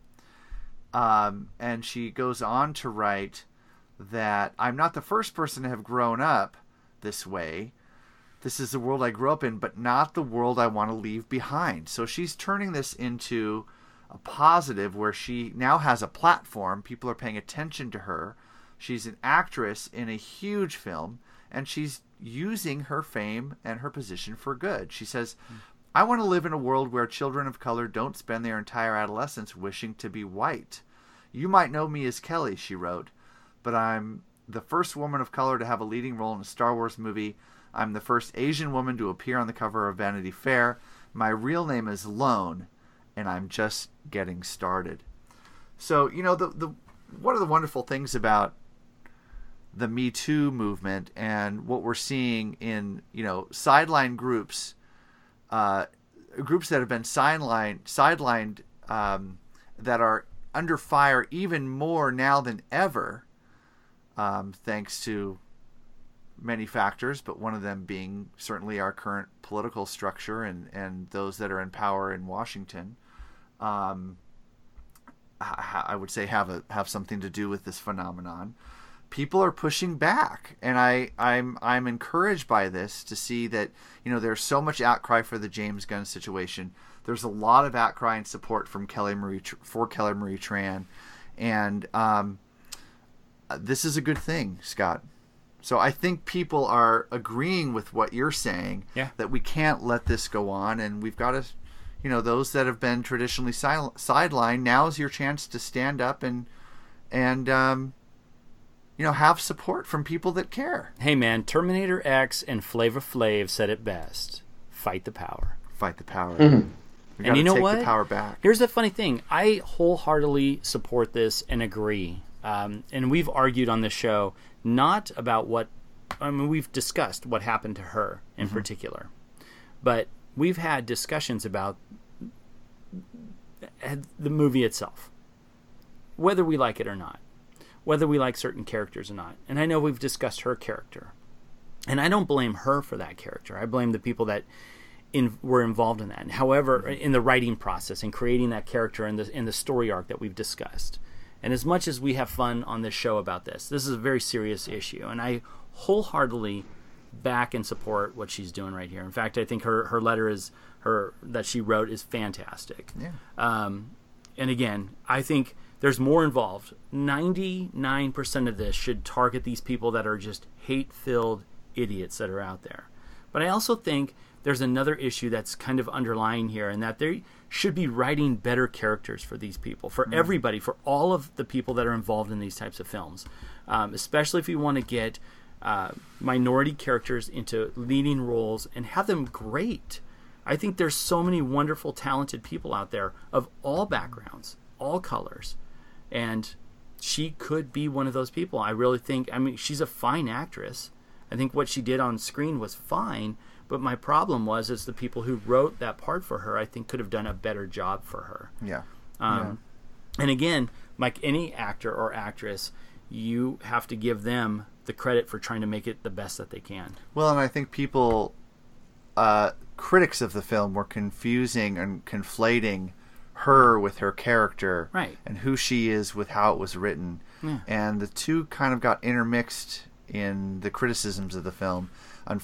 Speaker 8: um, and she goes on to write that I'm not the first person to have grown up this way. This is the world I grew up in, but not the world I want to leave behind. So she's turning this into a positive where she now has a platform. People are paying attention to her. She's an actress in a huge film, and she's using her fame and her position for good. She says, I want to live in a world where children of color don't spend their entire adolescence wishing to be white. You might know me as Kelly, she wrote, but I'm the first woman of color to have a leading role in a Star Wars movie. I'm the first Asian woman to appear on the cover of Vanity Fair. My real name is Lone, and I'm just getting started. So, you know, the, the one of the wonderful things about the Me Too movement and what we're seeing in, you know, sideline groups uh, groups that have been sidelined, sidelined um, that are under fire even more now than ever, um, thanks to many factors, but one of them being certainly our current political structure and, and those that are in power in Washington. Um, I I would say have a have something to do with this phenomenon. People are pushing back, and I I'm I'm encouraged by this to see that you know there's so much outcry for the James Gunn situation. There's a lot of outcry and support from Kelly Marie Tr- for Kelly Marie Tran, and um, uh, this is a good thing, Scott. So I think people are agreeing with what you're saying
Speaker 9: Yeah.
Speaker 8: that we can't let this go on, and we've got to, you know, those that have been traditionally sil- sidelined. Now is your chance to stand up and and um, you know have support from people that care.
Speaker 9: Hey man, Terminator X and Flavor Flav said it best: fight the power.
Speaker 8: Fight the power. We
Speaker 9: and
Speaker 8: gotta
Speaker 9: you know
Speaker 8: take
Speaker 9: what?
Speaker 8: The power back.
Speaker 9: Here's the funny thing: I wholeheartedly support this and agree. Um, and we've argued on this show not about what I mean. We've discussed what happened to her in
Speaker 8: Mm-hmm.
Speaker 9: particular, but we've had discussions about the movie itself, whether we like it or not, whether we like certain characters or not. And I know we've discussed her character, and I don't blame her for that character. I blame the people that in, were involved in that. And however, in the writing process and creating that character and the in the story arc that we've discussed. And as much as we have fun on this show about this, this is a very serious issue, and I wholeheartedly back and support what she's doing right here. In fact, I think her her letter is her that she wrote is fantastic.
Speaker 8: Yeah.
Speaker 9: Um, and again, I think there's more involved. 99% of this should target these people that are just hate filled idiots that are out there. But I also think there's another issue that's kind of underlying here, and that they should be writing better characters for these people, for
Speaker 15: Mm.
Speaker 9: everybody, for all of the people that are involved in these types of films, um, especially if you want to get uh, minority characters into leading roles and have them great. I think there's so many wonderful, talented people out there of all backgrounds, all colors, and she could be one of those people. I really think. I mean, she's a fine actress. I think what she did on screen was fine, but my problem was is the people who wrote that part for her. I think could have done a better job for her.
Speaker 8: Yeah.
Speaker 9: Um, And again, like any actor or actress, you have to give them the credit for trying to make it the best that they can.
Speaker 8: Well, and I think people, uh, critics of the film, were confusing and conflating her with her character,
Speaker 9: Right.
Speaker 8: and who she is with how it was written,
Speaker 9: Yeah.
Speaker 8: and the two kind of got intermixed in the criticisms of the film,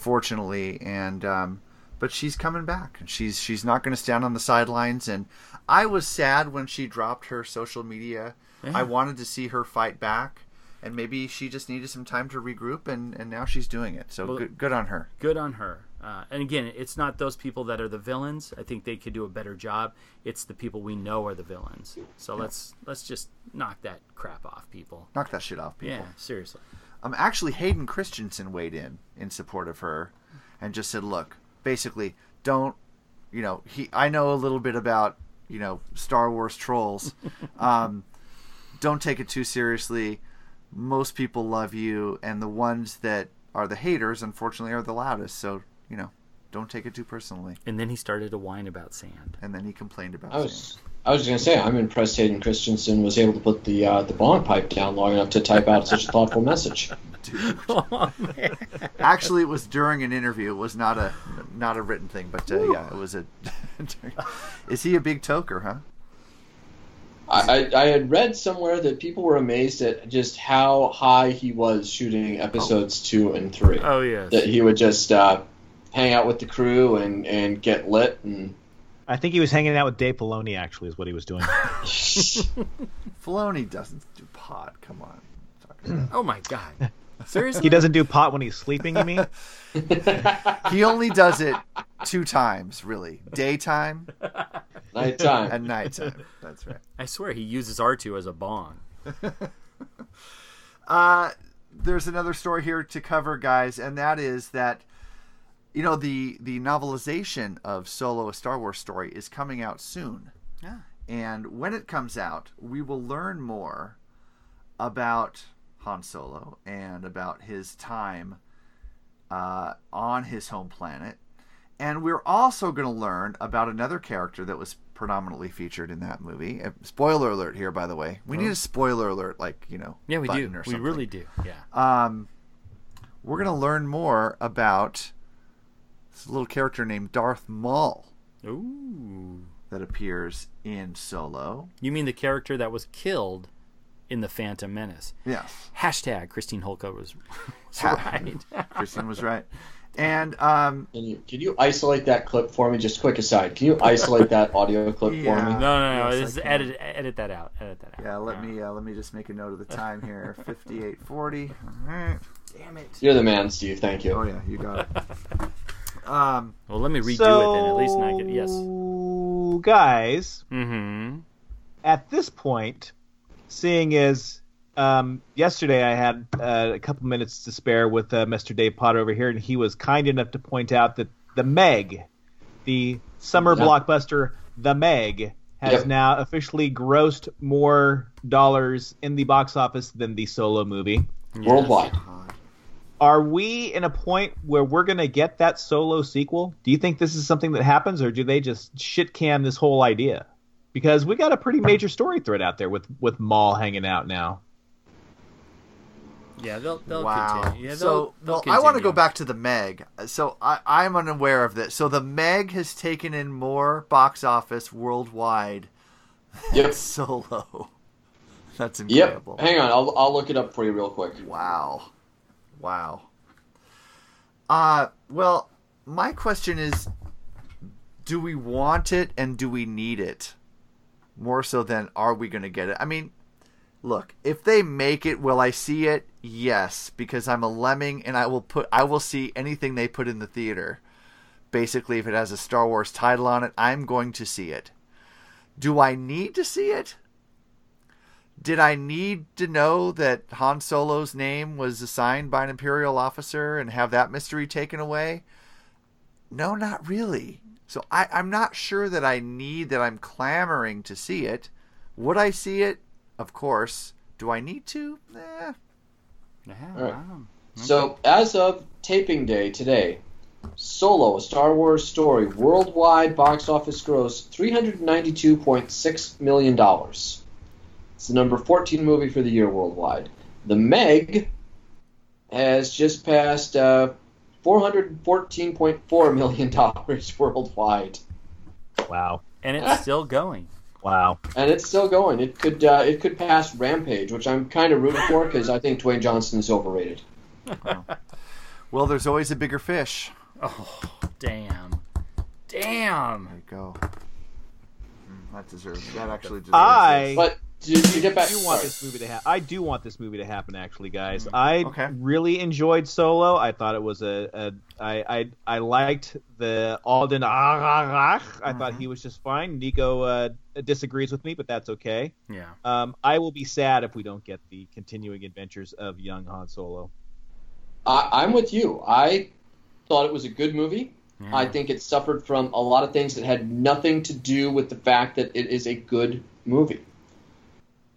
Speaker 8: unfortunately. And um, but she's coming back, and she's she's not going to stand on the sidelines. And I was sad when she dropped her social media.
Speaker 9: Yeah.
Speaker 8: I wanted to see her fight back. And maybe she just needed some time to regroup, and, and now she's doing it. So
Speaker 9: Well,
Speaker 8: good, good on her.
Speaker 9: Good on her. Uh, and again, it's not those people that are the villains. I think they could do a better job. It's the people we know are the villains. So
Speaker 8: Yeah.
Speaker 9: let's let's just knock that crap off, people.
Speaker 8: Knock that shit off, people.
Speaker 9: Yeah, seriously.
Speaker 8: Um, actually, Hayden Christensen weighed in in support of her, and just said, "Look, basically, don't, you know, he. I know a little bit about, you know, Star Wars trolls. um, don't take it too seriously. Most people love you, and the ones that are the haters, unfortunately, are the loudest. So, you know, don't take it too personally."
Speaker 9: And then he started to whine about sand.
Speaker 8: And then he complained about
Speaker 7: I
Speaker 8: sand.
Speaker 7: was I was just gonna say I'm impressed Hayden Christensen was able to put the uh, the bong pipe down long enough to type out such a thoughtful message.
Speaker 9: Oh,
Speaker 8: Actually, it was during an interview. It was not a not a written thing, but uh, yeah, it was a. is he a big toker, huh?
Speaker 7: I, I I had read somewhere that people were amazed at just how high he was shooting episodes two and three.
Speaker 9: Oh yes.
Speaker 7: That he would just uh, hang out with the crew and, and get lit and
Speaker 1: I think he was hanging out with Dave Filoni. Actually, is what he was doing.
Speaker 8: Filoni doesn't do pot. Come on.
Speaker 9: Oh my god. Seriously?
Speaker 1: he doesn't do pot when he's sleeping. You mean?
Speaker 8: He only does it two times, really. Daytime,
Speaker 7: Nighttime.
Speaker 8: and nighttime. That's right.
Speaker 9: I swear he uses R2 as a bong.
Speaker 8: Uh, there's another story here to cover, guys, and that is that you know the the novelization of Solo: A Star Wars Story is coming out soon.
Speaker 14: Yeah.
Speaker 8: And when it comes out, we will learn more about Han Solo and about his time uh, on his home planet. And we're also going to learn about another character that was predominantly featured in that movie. Uh, Spoiler alert here, by the way. We
Speaker 9: Oh.
Speaker 8: need a spoiler alert, like, you know,
Speaker 9: Yeah, we
Speaker 8: button
Speaker 9: do.
Speaker 8: Or
Speaker 9: We
Speaker 8: something.
Speaker 9: really do. Yeah.
Speaker 8: Um, we're going to learn more about this little character named Darth Maul.
Speaker 9: Ooh.
Speaker 8: That appears in Solo.
Speaker 9: You mean the character that was killed in the Phantom Menace?
Speaker 8: Yes.
Speaker 9: Hashtag Christine Holka was, was
Speaker 8: Ha-
Speaker 9: right.
Speaker 8: Kristen was right. And um,
Speaker 7: can you can you isolate that clip for me? Just quick aside, can you isolate that audio clip
Speaker 8: Yeah.
Speaker 7: for me?
Speaker 9: No, no, no.
Speaker 8: Yes, I
Speaker 9: this is-
Speaker 8: can.
Speaker 9: edit, edit that out. Edit that out.
Speaker 8: Yeah, let me uh, let me just make a note of the time here. Fifty-eight forty. All right. Damn it.
Speaker 7: You're the man, Steve. Thank you.
Speaker 8: Oh yeah, you got it. Um,
Speaker 9: Well, let me redo it then. At least, and I get yes.
Speaker 1: So, guys,
Speaker 9: Mm-hmm.
Speaker 1: at this point, seeing as um, yesterday I had uh, a couple minutes to spare with uh, Mr. Dave Potter over here, and he was kind enough to point out that the Meg, the summer
Speaker 7: Yeah.
Speaker 1: blockbuster, the Meg, has
Speaker 7: Yep.
Speaker 1: now officially grossed more dollars in the box office than the solo movie.
Speaker 7: Worldwide.
Speaker 1: Are we in a point where we're going to get that solo sequel? Do you think this is something that happens, or do they just shit can this whole idea? Because we got a pretty major story thread out there with with Maul hanging out now.
Speaker 9: Yeah, they'll they'll
Speaker 8: wow.
Speaker 9: continue. Yeah, they'll,
Speaker 8: so,
Speaker 9: they'll
Speaker 8: well, I want to
Speaker 9: continue.
Speaker 8: go back to the Meg. So I, I'm unaware of this. So the Meg has taken in more box office worldwide than
Speaker 7: Yep.
Speaker 8: Solo. That's
Speaker 7: Yep.
Speaker 8: incredible.
Speaker 7: Hang on, I'll I'll look it up for you real quick.
Speaker 8: Wow. Wow. Uh well, my question is do we want it and do we need it? More so than are we going to get it? I mean, look, if they make it, will I see it? Yes, because I'm a lemming and I will put I will see anything they put in the theater basically if it has a Star Wars title on it, I'm going to see it. Do I need to see it? Did I need to know that Han Solo's name was assigned by an Imperial officer and have that mystery taken away? No, not really. So I, I'm not sure that I need that I'm clamoring to see it. Would I see it? Of course. Do I need to? Eh.
Speaker 7: All right. So, as of taping day today, Solo: A Star Wars Story worldwide box office gross three hundred ninety-two point six million dollars. It's the number fourteen movie for the year worldwide. The Meg has just passed uh, four hundred fourteen point four million dollars worldwide.
Speaker 1: Wow!
Speaker 9: And it's still going.
Speaker 1: Wow!
Speaker 7: And it's still going. It could uh, it could pass Rampage, which I'm kind of rooting for because I think Dwayne Johnson is overrated.
Speaker 8: Well, there's always a bigger fish.
Speaker 9: Oh, damn. Damn.
Speaker 8: There you go. Mm, That deserves. That actually deserves.
Speaker 1: I
Speaker 8: this.
Speaker 7: But do, you get back-
Speaker 1: do want this movie to happen. I do want this movie to happen. Actually, guys, I really enjoyed Solo. I thought it was a, a I, I I liked the Alden Ararach. I thought he was just fine. Nico uh, disagrees with me, but that's okay.
Speaker 9: Yeah.
Speaker 1: Um, I will be sad if we don't get the continuing adventures of young Han Solo.
Speaker 7: I, I'm with you. I thought it was a good movie.
Speaker 9: Yeah.
Speaker 7: I think it suffered from a lot of things that had nothing to do with the fact that it is a good movie.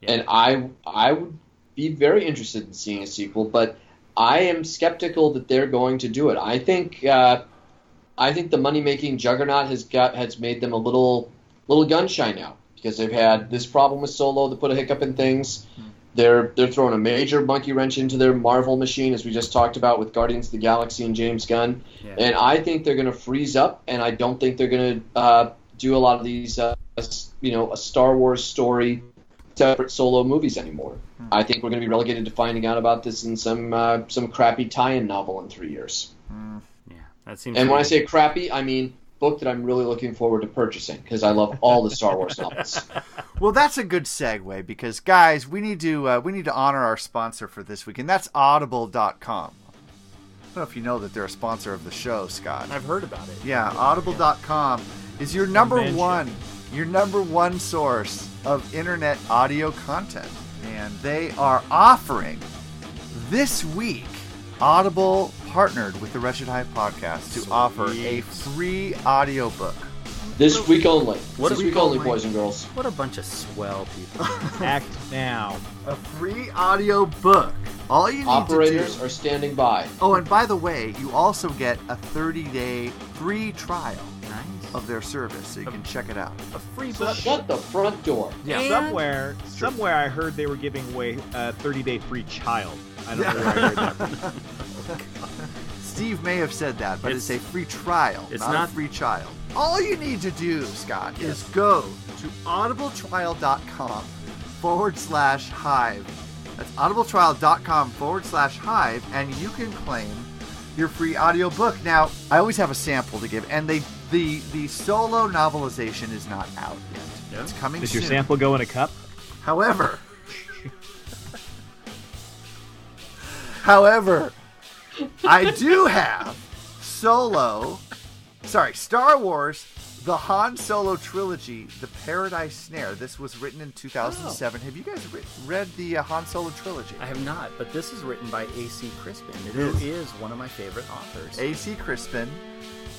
Speaker 9: Yeah.
Speaker 7: And I I would be very interested in seeing a sequel, but I am skeptical that they're going to do it. I think uh, I think the money making juggernaut has got has made them a little little gun shy now because they've had this problem with Solo that put a hiccup in things.
Speaker 9: Hmm.
Speaker 7: They're they're throwing a major monkey wrench into their Marvel machine, as we just talked about with Guardians of the Galaxy and James Gunn.
Speaker 9: Yeah.
Speaker 7: And I think they're going to freeze up, and I don't think they're going to uh, do a lot of these, uh, s- you know, a Star Wars story, separate solo movies anymore. I think we're going to be relegated to finding out about this in some uh, some crappy tie-in novel in three years.
Speaker 9: yeah. That seems.
Speaker 7: And when I
Speaker 9: pretty-
Speaker 7: say crappy, I mean book that I'm really looking forward to purchasing because I love all the Star Wars novels.
Speaker 8: Well, that's a good segue because guys, we need to uh, we need to honor our sponsor for this week, and that's Audible.com. I don't know if you know that they're a sponsor of the show, Scott.
Speaker 9: I've heard about it.
Speaker 8: Yeah, audible.com is your number
Speaker 9: Convention.
Speaker 8: one, your number one source of internet audio content. And they are offering this week Audible partnered with the Wretched Hive podcast to offer a free audiobook.
Speaker 7: this week only.
Speaker 9: What
Speaker 7: this
Speaker 9: a
Speaker 7: week
Speaker 9: week
Speaker 7: only,
Speaker 9: only.
Speaker 7: boys and girls.
Speaker 9: What a bunch of swell people.
Speaker 1: Act now.
Speaker 8: A free audiobook. All you need to
Speaker 7: Operators
Speaker 8: do.
Speaker 7: are standing by.
Speaker 8: Oh, and by the way, you also get a 30-day free trial
Speaker 9: nice. Um,
Speaker 8: of their service, so you can check it out.
Speaker 9: A free
Speaker 7: So
Speaker 9: book.
Speaker 7: shut the front door.
Speaker 9: Yeah.
Speaker 1: Somewhere, somewhere, I heard they were giving away a 30-day free child. I don't know where I heard that. from.
Speaker 8: Steve may have said that, but it's,
Speaker 9: It's-
Speaker 8: a free trial,
Speaker 9: it's
Speaker 8: not,
Speaker 9: not-
Speaker 8: a free child. All you need to do, Scott, is go to audibletrial.com forward slash hive. That's audibletrial.com forward slash hive, and you can claim your free audiobook. Now, I always have a sample to give, and they the the solo novelization is not out yet.
Speaker 9: Yeah.
Speaker 8: It's coming
Speaker 1: Does
Speaker 8: soon.
Speaker 1: your sample go in a cup?
Speaker 8: However, however, I do have Solo, sorry, Star Wars, the Han Solo trilogy, The Paradise Snare. This was written in 2007. Have you guys re- read the uh, Han Solo trilogy?
Speaker 9: I have not, but this is written by A.C. Crispin, who
Speaker 8: is.
Speaker 9: is one of my favorite authors.
Speaker 8: A.C. Crispin,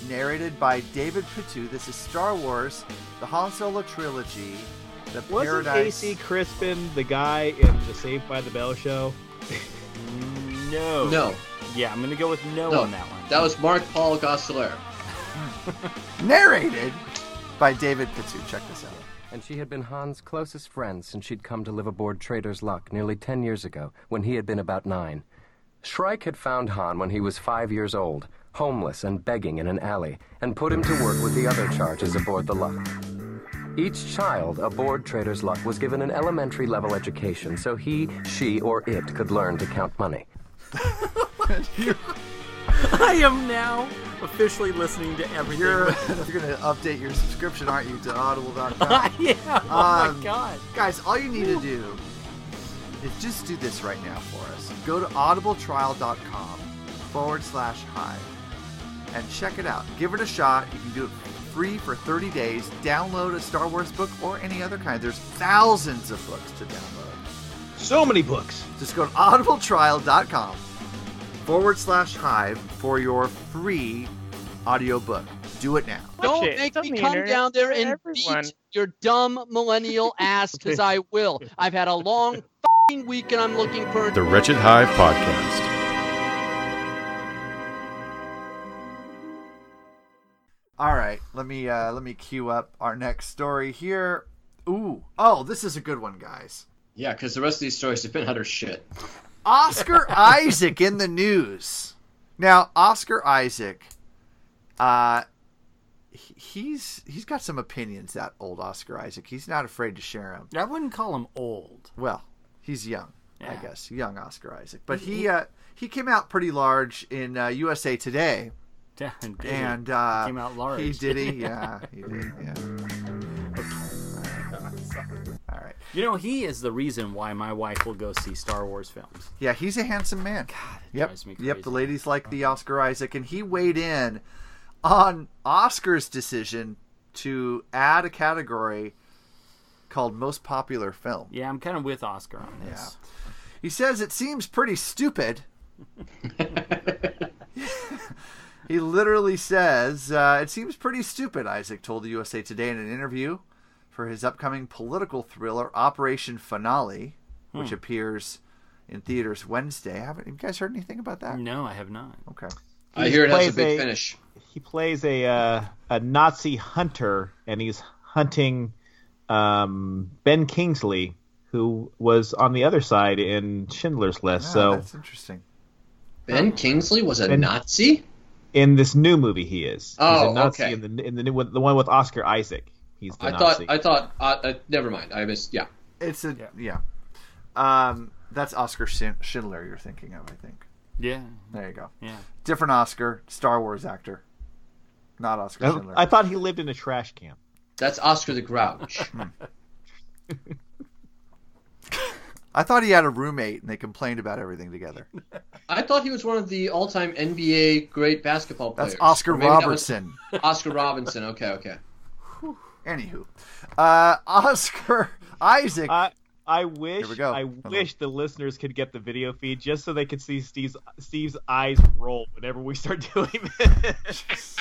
Speaker 8: narrated by David Patu. This is Star Wars, the Han Solo trilogy, The
Speaker 1: Wasn't
Speaker 8: Paradise.
Speaker 1: AC Crispin the guy in the Saved by the Bell show?
Speaker 9: No.
Speaker 7: No,
Speaker 9: Yeah, I'm gonna go with no,
Speaker 7: no,
Speaker 9: on that one.
Speaker 7: that was Mark Paul Gosselaar.
Speaker 8: narrated by David Patu. Check this out.
Speaker 15: And she had been Han's closest friend since she'd come to live aboard Trader's Luck nearly ten years ago, when he had been about nine. Shrike had found Han when he was five years old, homeless and begging in an alley, and put him to work with the other charges aboard the Luck. Each child aboard Trader's Luck was given an elementary level education so he, she, or it could learn to count money.
Speaker 9: I am now officially listening to everything.
Speaker 8: You're, you're gonna update your subscription, aren't you, to Audible.com?
Speaker 9: yeah. Oh my god.
Speaker 8: Um, Guys, all you need to do is just do this right now for us. Go to audibletrial.com forward slash hive. and check it out. Give it a shot. You can do it free for 30 days. Download a Star Wars book or any other kind. There's thousands of books to download.
Speaker 1: So many books.
Speaker 8: Just go to audibletrial.com forward slash hive for your free audiobook. Do it now.
Speaker 7: Don't make me come down there and beat your dumb millennial ass because I will. I've had a long fing week and I'm looking for
Speaker 16: The Wretched Hive Podcast.
Speaker 8: All right, let me uh, let me queue up our next story here. Ooh, oh, this is a good one, guys.
Speaker 7: Yeah, because the rest of these stories have been utter shit.
Speaker 8: Oscar Isaac in the news. Now, Oscar Isaac, uh, he- he's he's got some opinions. That old Oscar Isaac, he's not afraid to share them.
Speaker 9: I wouldn't call him old.
Speaker 8: Well, he's young, I
Speaker 9: Yeah.
Speaker 8: guess, young Oscar Isaac. But
Speaker 9: He-
Speaker 8: he
Speaker 9: he-
Speaker 8: uh, he came out pretty large in uh, USA Today. And uh,
Speaker 9: came out large.
Speaker 8: He did he? Yeah, he did. Yeah. All right.
Speaker 9: You know, he is the reason why my wife will go see Star Wars films.
Speaker 8: Yeah, he's a handsome man. God, yep.
Speaker 9: drives me
Speaker 8: Yep, the ladies like the Oscar Isaac, and he weighed in on Oscar's decision to add a category called most popular film.
Speaker 9: Yeah, I'm kind of with Oscar on this.
Speaker 8: He says it seems pretty stupid. he literally says uh, it seems pretty stupid. Isaac told the USA Today in an interview for his upcoming political thriller Operation Finale, which
Speaker 9: Hmm.
Speaker 8: appears in theaters Wednesday. Haven't you guys heard anything about that?
Speaker 9: No, I have not.
Speaker 8: Okay.
Speaker 7: I hear it has a
Speaker 1: plays
Speaker 7: big
Speaker 1: a-
Speaker 7: finish.
Speaker 1: He plays a uh, a Nazi hunter, and he's hunting um, Ben Kingsley, who was on the other side in Schindler's List.
Speaker 8: Ah,
Speaker 1: so
Speaker 8: that's interesting.
Speaker 7: Ben Kingsley was a
Speaker 1: Ben-
Speaker 7: Nazi.
Speaker 1: in this new movie, he is. he's
Speaker 7: Oh,
Speaker 1: a Nazi
Speaker 7: okay.
Speaker 1: In the in the new one, the one with Oscar Isaac, he's the
Speaker 7: I
Speaker 1: Nazi.
Speaker 7: thought. I thought. Uh, uh, never mind. I missed. Yeah.
Speaker 8: It's a yeah. Um, that's Oscar Schindler you're thinking of, I think.
Speaker 9: Yeah.
Speaker 8: There you go.
Speaker 9: Yeah.
Speaker 8: Different Oscar, Star Wars actor, not Oscar
Speaker 1: I-
Speaker 8: Schindler.
Speaker 1: I thought he lived in a trash can.
Speaker 7: That's Oscar the Grouch.
Speaker 8: I thought he had a roommate and they complained about everything together.
Speaker 7: I thought he was one of the all-time NBA great basketball players.
Speaker 8: That's Oscar
Speaker 7: Or maybe that was-
Speaker 8: Robertson.
Speaker 7: Oscar Robinson. Okay. Okay.
Speaker 8: Anywho, uh, Oscar Isaac.
Speaker 1: I I wish
Speaker 8: we go.
Speaker 1: I
Speaker 8: Hold on.
Speaker 1: wish the listeners could get the video feed just so they could see Steve's Steve's eyes roll whenever we start doing this.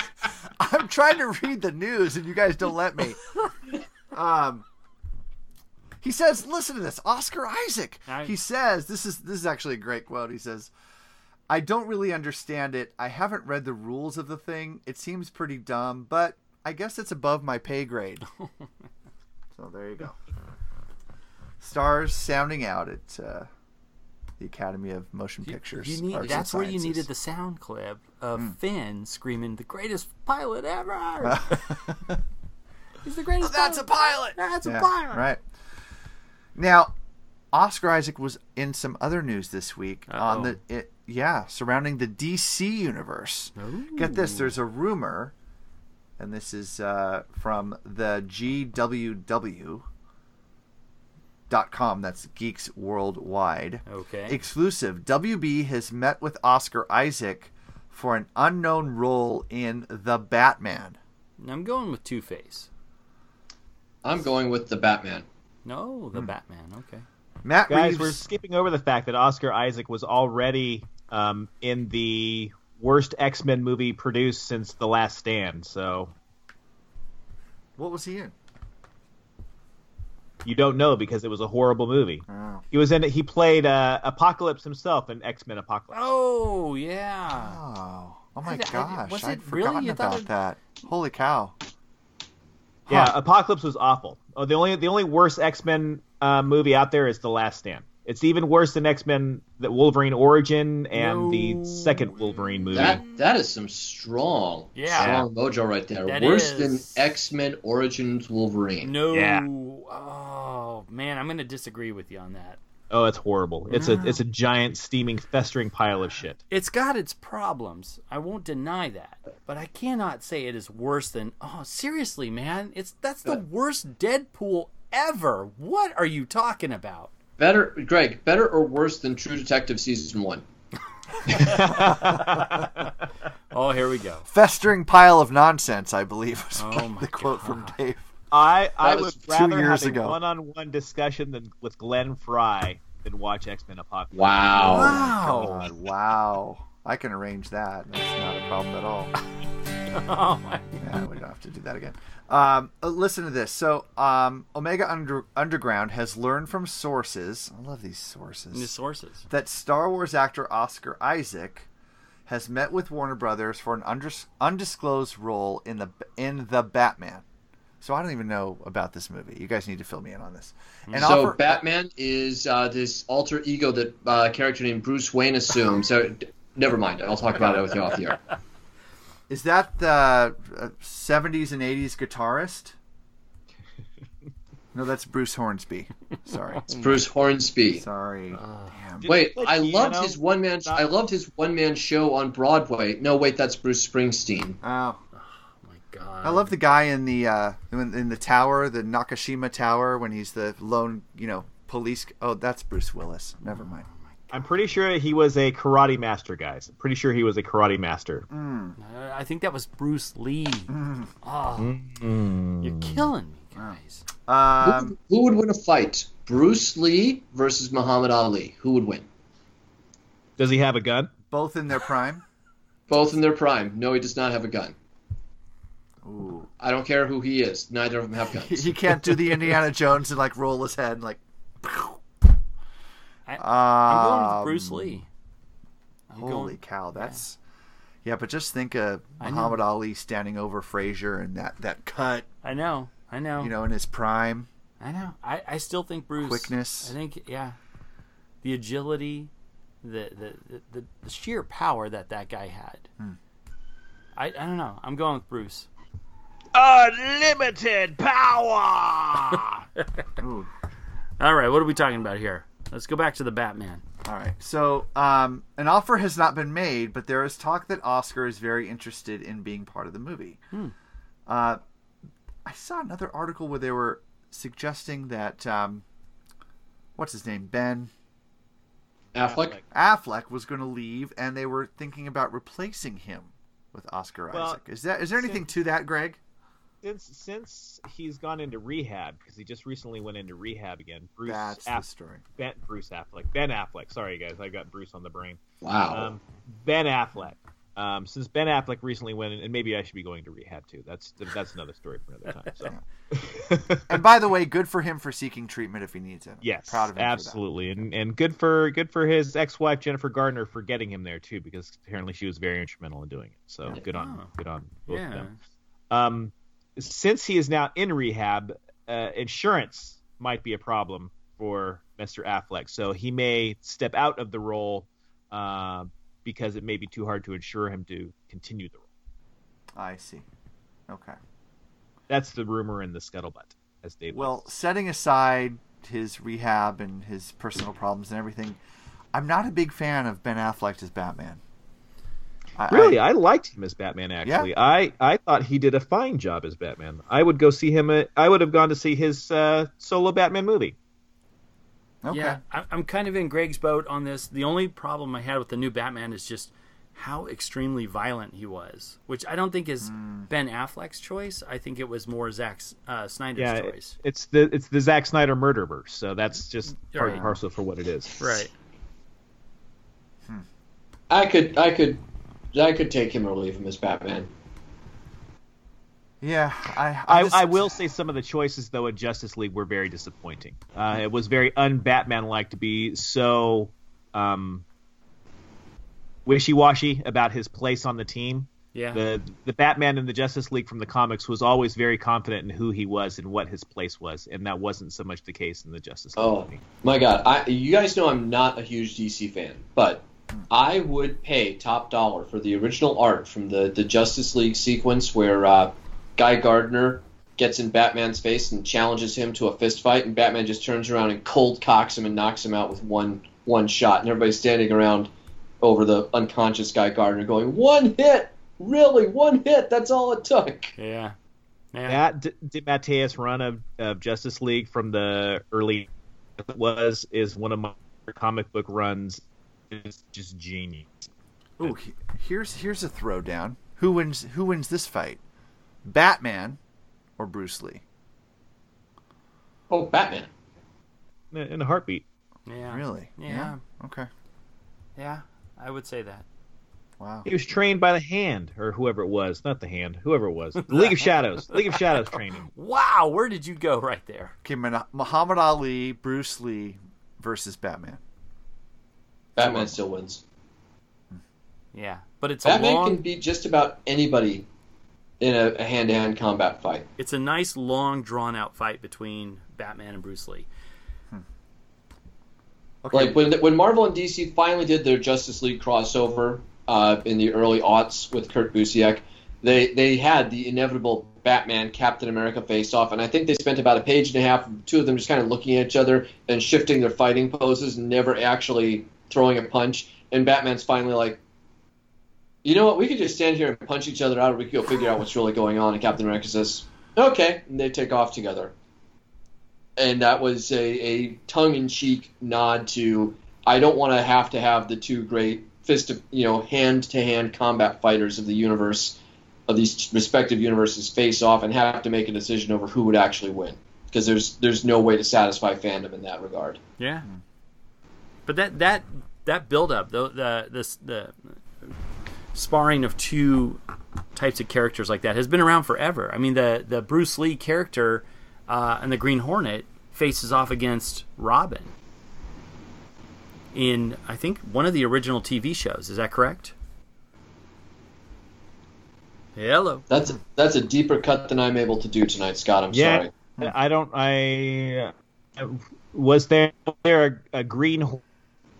Speaker 8: I'm trying to read the news and you guys don't let me. Um, he says, "Listen to this, Oscar Isaac."
Speaker 9: Nice.
Speaker 8: He says, "This is this is actually a great quote." He says, "I don't really understand it. I haven't read the rules of the thing. It seems pretty dumb, but I guess it's above my pay grade." so there you go. Stars sounding out at uh, the Academy of Motion Pictures.
Speaker 9: You need,
Speaker 8: Arts and
Speaker 9: that's where you
Speaker 8: Sciences. Hmm.
Speaker 9: needed the sound clip of Finn screaming, "The greatest pilot ever! He's the greatest."
Speaker 8: That's a pilot.
Speaker 9: That's
Speaker 8: Yeah,
Speaker 9: a pilot.
Speaker 8: Right. Now, Oscar Isaac was in some other news this week on the it, yeah, surrounding the DC universe. Get this, there's a rumor and this is uh, from the GWW dot com that's geeks worldwide
Speaker 9: Okay.
Speaker 8: exclusive wb has met with oscar isaac for an unknown role in the batman
Speaker 9: I'm going with Two Face.
Speaker 7: I'm going with the Batman.
Speaker 9: No,
Speaker 8: Hmm.
Speaker 9: the Batman. Okay.
Speaker 8: matt
Speaker 1: Guys,
Speaker 8: reeves
Speaker 1: we're skipping over the fact that Oscar Isaac was already um, in the worst X Men movie produced since The Last Stand. So
Speaker 8: what was he in
Speaker 1: you don't know because it was a horrible movie.
Speaker 8: Oh.
Speaker 1: He was in it. He played uh, Apocalypse himself in X Men Apocalypse.
Speaker 9: Oh yeah.
Speaker 8: Oh, oh my
Speaker 9: I- I-
Speaker 8: gosh!
Speaker 9: was
Speaker 8: I'd
Speaker 9: it really?
Speaker 8: forgotten
Speaker 9: You
Speaker 8: about
Speaker 9: thought it-
Speaker 8: that. Holy cow!
Speaker 1: Yeah, Apocalypse was awful. Oh, the only the only worst X Men uh, movie out there is The Last Stand. It's even worse than X Men: The Wolverine Origin and the second Wolverine movie.
Speaker 7: That that is some strong,
Speaker 9: Yeah.
Speaker 7: strong mojo right there.
Speaker 9: That
Speaker 7: Worse
Speaker 9: is.
Speaker 7: than X Men Origins Wolverine.
Speaker 9: No.
Speaker 1: Yeah.
Speaker 9: Oh man, I'm going to disagree with you on that.
Speaker 1: Oh, it's horrible. It's a it's a giant steaming festering pile of shit.
Speaker 9: It's got its problems. I won't deny that, but I cannot say it is worse than. Oh, seriously, man, it's that's the worst Deadpool ever. What are you talking about?
Speaker 7: Better, Greg. Better or worse than True Detective season one?
Speaker 9: Oh, here we go.
Speaker 8: Festering pile of nonsense, I believe, was the quote from Dave.
Speaker 1: I I
Speaker 8: That
Speaker 1: would
Speaker 8: was two
Speaker 1: rather
Speaker 8: years
Speaker 1: have
Speaker 8: ago.
Speaker 1: a one-on-one discussion than with Glenn Fry than watch X Men Apocalypse.
Speaker 9: Oh.
Speaker 8: Wow. God, wow. I can arrange that. That's not a problem at all.
Speaker 9: oh my
Speaker 8: Yeah, we don't have to do that again. Um, uh, listen to this. So, um, Omega Under- Underground has learned from sources. I love these sources.
Speaker 9: New sources.
Speaker 8: That Star Wars actor Oscar Isaac has met with Warner Brothers for an undis- undisclosed role in the in the Batman. So I don't even know about this movie. You guys need to fill me in on this. And
Speaker 7: so
Speaker 8: offer- uh,
Speaker 7: Batman is uh, this alter ego that uh, a character named Bruce Wayne assumes. So d- never mind. I'll talk about it with you off the air.
Speaker 8: Is that the uh, 70s and 80s guitarist? No, that's Bruce Hornsby. Sorry.
Speaker 7: It's Bruce Hornsby.
Speaker 8: Sorry. Damn.
Speaker 7: Wait, I loved his one man. I loved his one man show on Broadway. No, wait, that's Bruce Springsteen.
Speaker 8: Oh. I love the guy in the uh, in, in the tower, the Nakashima Tower, when he's the lone, you know, police. Oh, that's Bruce Willis. Never mind.
Speaker 1: I'm pretty sure he was a karate master, guys. I'm pretty sure he was a karate master.
Speaker 8: Mm.
Speaker 9: Uh, I think that was Bruce Lee.
Speaker 8: Mm-hmm.
Speaker 9: Oh, you're killing me, guys.
Speaker 8: Um,
Speaker 7: who, who would win a fight? Bruce Lee versus Muhammad Ali. Who would win?
Speaker 1: Does he have a gun?
Speaker 8: Both in their prime.
Speaker 7: Both in their prime. No, he does not have a gun.
Speaker 8: Ooh.
Speaker 7: I don't care who he is. Neither of them have guns.
Speaker 8: He, he can't do the Indiana Jones and like roll his head and like.
Speaker 9: I,
Speaker 8: I'm
Speaker 9: going with Bruce Lee.
Speaker 8: Um, holy
Speaker 9: going-
Speaker 8: cow, that's yeah. But just think of
Speaker 9: I know.
Speaker 8: Muhammad Ali standing over Frazier and that that cut,
Speaker 9: I know. I know.
Speaker 8: you know, in his prime.
Speaker 9: I know. I, I still think Bruce.
Speaker 8: Quickness.
Speaker 9: I think yeah, the agility, the the the, the, the sheer power that that guy had.
Speaker 8: Hmm.
Speaker 9: I I don't know. I'm going with Bruce.
Speaker 1: Unlimited power.
Speaker 8: Ooh.
Speaker 9: All right, what are we talking about here? Let's go back to the Batman.
Speaker 8: All right. So, um, an offer has not been made, but there is talk that Oscar is very interested in being part of the movie.
Speaker 9: Hmm.
Speaker 8: Uh, I saw another article where they were suggesting that um, what's his name, Ben
Speaker 7: Affleck.
Speaker 8: Affleck, was going to leave, and they were thinking about replacing him with Oscar
Speaker 1: Well,
Speaker 8: Isaac. Is that is there anything to that, Greg?
Speaker 1: Since since he's gone into rehab because he just recently went into rehab again. Bruce
Speaker 8: That's the
Speaker 1: Aff-
Speaker 8: story.
Speaker 1: Ben, Bruce Affleck. Ben Affleck. Sorry, guys. I got Bruce on the brain.
Speaker 7: Wow.
Speaker 1: Um, ben Affleck. Um, since Ben Affleck recently went, in, and maybe I should be going to rehab too. That's that's another story for another time. So
Speaker 8: and by the way, good for him for seeking treatment if he needs it.
Speaker 1: yes,
Speaker 8: proud of him. for that.
Speaker 1: absolutely, and and good for good for his ex-wife Jennifer Gardner for getting him there too, because apparently she was very instrumental in doing it. So good on good on both of
Speaker 9: Yeah.
Speaker 1: them. Um, since he is now in rehab, uh, insurance might be a problem for Mr. Affleck. So he may step out of the role uh, because it may be too hard to insure him to continue the role.
Speaker 8: I see. Okay.
Speaker 1: That's the rumor in the scuttlebutt, as Dave.
Speaker 8: Well, setting aside his rehab and his personal problems and everything, I'm not a big fan of Ben Affleck as Batman. I,
Speaker 1: really,
Speaker 8: I,
Speaker 1: I liked him as Batman. Actually, I I thought he did a fine job as Batman. I would go see him. At, I would have gone to see his uh, solo Batman movie.
Speaker 8: okay.
Speaker 9: Yeah, I- I'm kind of in Greg's boat on this. The only problem I had with the new Batman is just how extremely violent he was, which I don't think is
Speaker 8: Hmm.
Speaker 9: Ben Affleck's choice. I think it was more Zack uh, Snyder's
Speaker 1: Yeah, it-
Speaker 9: choice.
Speaker 1: it's the it's the Zack Snyder murderverse. So that's just part
Speaker 9: Right.
Speaker 1: and parcel for what it is.
Speaker 9: Right.
Speaker 7: I could, I could, I could take him or leave him as Batman.
Speaker 8: Yeah, I, I,
Speaker 1: I,
Speaker 8: just-
Speaker 1: I will say some of the choices though in Justice League were very disappointing. Uh, it was very un-Batman like to be so um, wishy-washy about his place on the team.
Speaker 9: Yeah.
Speaker 1: The the Batman in the Justice League from the comics was always very confident in who he was and what his place was, and that wasn't so much the case in the Justice League.
Speaker 7: Oh
Speaker 1: movie.
Speaker 7: my God! I, you guys know I'm not a huge DC fan, but I would pay top dollar for the original art from the the Justice League sequence where uh, Guy Gardner gets in Batman's face and challenges him to a fist fight, and Batman just turns around and cold cocks him and knocks him out with one one shot, and everybody's standing around over the unconscious Guy Gardner going, "One hit, really? One hit? That's all it took."
Speaker 9: Yeah. Yeah.
Speaker 1: That D- DeMatteis run of, of Justice League from the early was is one of my comic book runs. It's just genius.
Speaker 8: Ooh, he- here's here's a throwdown. Who wins? Who wins this fight? Batman or Bruce Lee?
Speaker 7: Oh, Batman.
Speaker 1: In a heartbeat.
Speaker 9: Yeah.
Speaker 8: Really?
Speaker 9: Yeah.
Speaker 8: Okay.
Speaker 9: Yeah, I would say that.
Speaker 8: Wow.
Speaker 1: He was trained by the hand, or whoever it was, not the hand, whoever it was. The League of Shadows. League of Shadows training.
Speaker 9: Wow, where did you go right there?
Speaker 8: Okay, Mon- Muhammad Ali, Bruce Lee versus Batman.
Speaker 7: Batman still wins.
Speaker 9: Yeah, but it's
Speaker 7: Batman
Speaker 9: a long,
Speaker 7: can beat just about anybody in a, a hand-to-hand combat fight.
Speaker 9: it's a nice long drawn out fight between Batman and Bruce Lee.
Speaker 7: Like when when Marvel and DC finally did their Justice League crossover uh, in the early aughts with Kurt Busiek, they they had the inevitable Batman Captain America face off, and I think they spent about a page and a half, two of them just kind of looking at each other and shifting their fighting poses, and never actually throwing a punch. And Batman's finally like, you know what? We could just stand here and punch each other out, or we could go figure out what's really going on. And Captain America says, okay, and they take off together and that was a, a tongue-in-cheek nod to I don't want to have to have the two great fist, of, you know, hand-to-hand combat fighters of the universe, of these respective universes, face off and have to make a decision over who would actually win because there's there's no way to satisfy fandom in that regard.
Speaker 9: Yeah. But that that that build up, the the this the sparring of two types of characters like that has been around forever. I mean the the Bruce Lee character uh, and the Green Hornet faces off against Robin in I think one of the original TV shows. Is that correct? Hello.
Speaker 7: That's that's a deeper cut than I'm able to do tonight, Scott. I'm
Speaker 1: yeah,
Speaker 7: sorry.
Speaker 1: I don't. I was there. There a, a green Hor-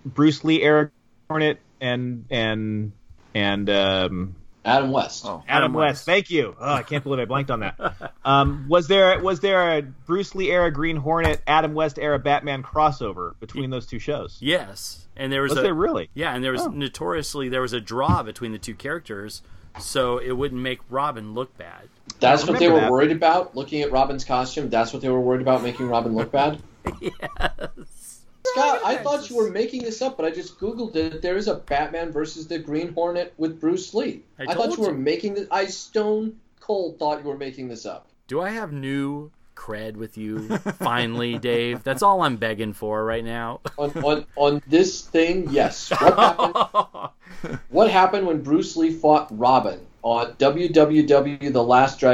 Speaker 1: Bruce Lee era Hornet and and and um,
Speaker 7: Adam West.
Speaker 8: Oh,
Speaker 1: Adam, West. Thank you. Oh, I can't believe I blanked on that. Um, was there was there a Bruce Lee era Green Hornet, Adam West era Batman crossover between those two shows?
Speaker 9: Yes, and there was,
Speaker 1: Was
Speaker 9: a,
Speaker 1: there really?
Speaker 9: yeah, and there was
Speaker 1: Oh.
Speaker 9: notoriously there was a draw between the two characters, so it wouldn't make Robin look bad.
Speaker 7: That's what they were
Speaker 9: worried
Speaker 7: worried about. Looking at Robin's costume, that's what they were worried about making Robin look bad. Scott, I thought you were making this up, but I just Googled it. There is a Batman versus the Green Hornet with Bruce Lee.
Speaker 9: I
Speaker 7: I, thought
Speaker 9: told
Speaker 7: you were
Speaker 9: you.
Speaker 7: making this. I stone cold thought you were making this up.
Speaker 9: Do I have new cred with you finally, Dave? That's all I'm begging for right now.
Speaker 7: On on, on this thing, yes. What happened? what happened when Bruce Lee fought Robin on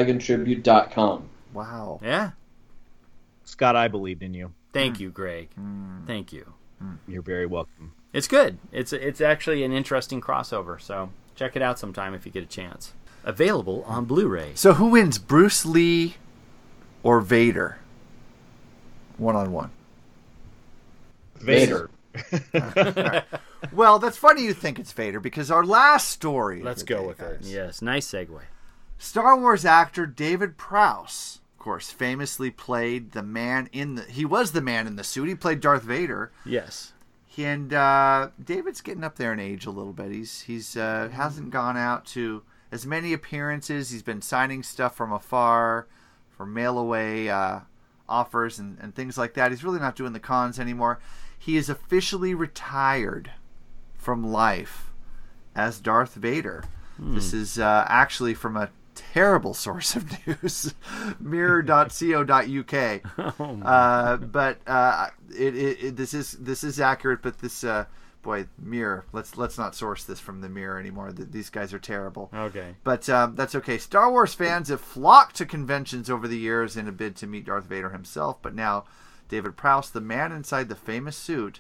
Speaker 7: www.thelastdragontribute.com?
Speaker 8: Wow.
Speaker 9: Yeah.
Speaker 1: Scott, I believed in you.
Speaker 9: Thank you, Greg. Thank you.
Speaker 1: You're very welcome.
Speaker 9: It's good. It's it's actually an interesting crossover. So check it out sometime if you get a chance. Available on Blu-ray.
Speaker 8: So who wins, Bruce Lee or Vader? One on one.
Speaker 1: Vader.
Speaker 8: Well, that's funny you think it's Vader because our last story. of
Speaker 9: Let's
Speaker 8: the
Speaker 9: go
Speaker 8: day,
Speaker 9: with
Speaker 8: guys.
Speaker 9: it. Yes, nice segue.
Speaker 8: Star Wars actor David Prowse, of course, famously played the man in the. He was the man in the suit. He played Darth Vader.
Speaker 9: Yes.
Speaker 8: And uh, David's getting up there in age a little bit. He's he's uh, hasn't gone out to as many appearances. He's been signing stuff from afar, for mail away uh, offers and, and things like that. He's really not doing the cons anymore. He is officially retired from life as Darth Vader. This is uh, actually from a terrible source of news, mirror.co.uk. uh, but uh, it, it, it, this is this is accurate. But this uh, boy, mirror. Let's let's not source this from the mirror anymore. Th- These guys are terrible.
Speaker 9: Okay.
Speaker 8: But um, that's okay. Star Wars fans have flocked to conventions over the years in a bid to meet Darth Vader himself, but now David Prowse, the man inside the famous suit,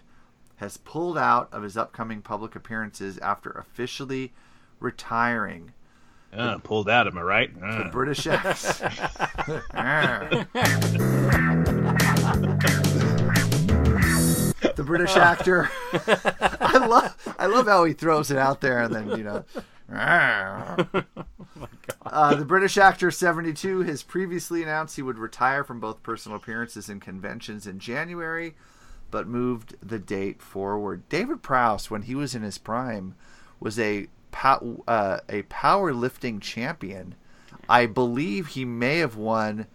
Speaker 8: has pulled out of his upcoming public appearances after officially retiring.
Speaker 1: Uh, pulled out, am I right? Uh.
Speaker 8: The British Ah. actor. the British actor. I love I love how he throws it out there and then, you know. ah. Uh, the British actor 72 has previously announced he would retire from both personal appearances and conventions in January, but moved the date forward. David Prowse, when he was in his prime, was a pow- uh, a powerlifting champion. I believe he may have won.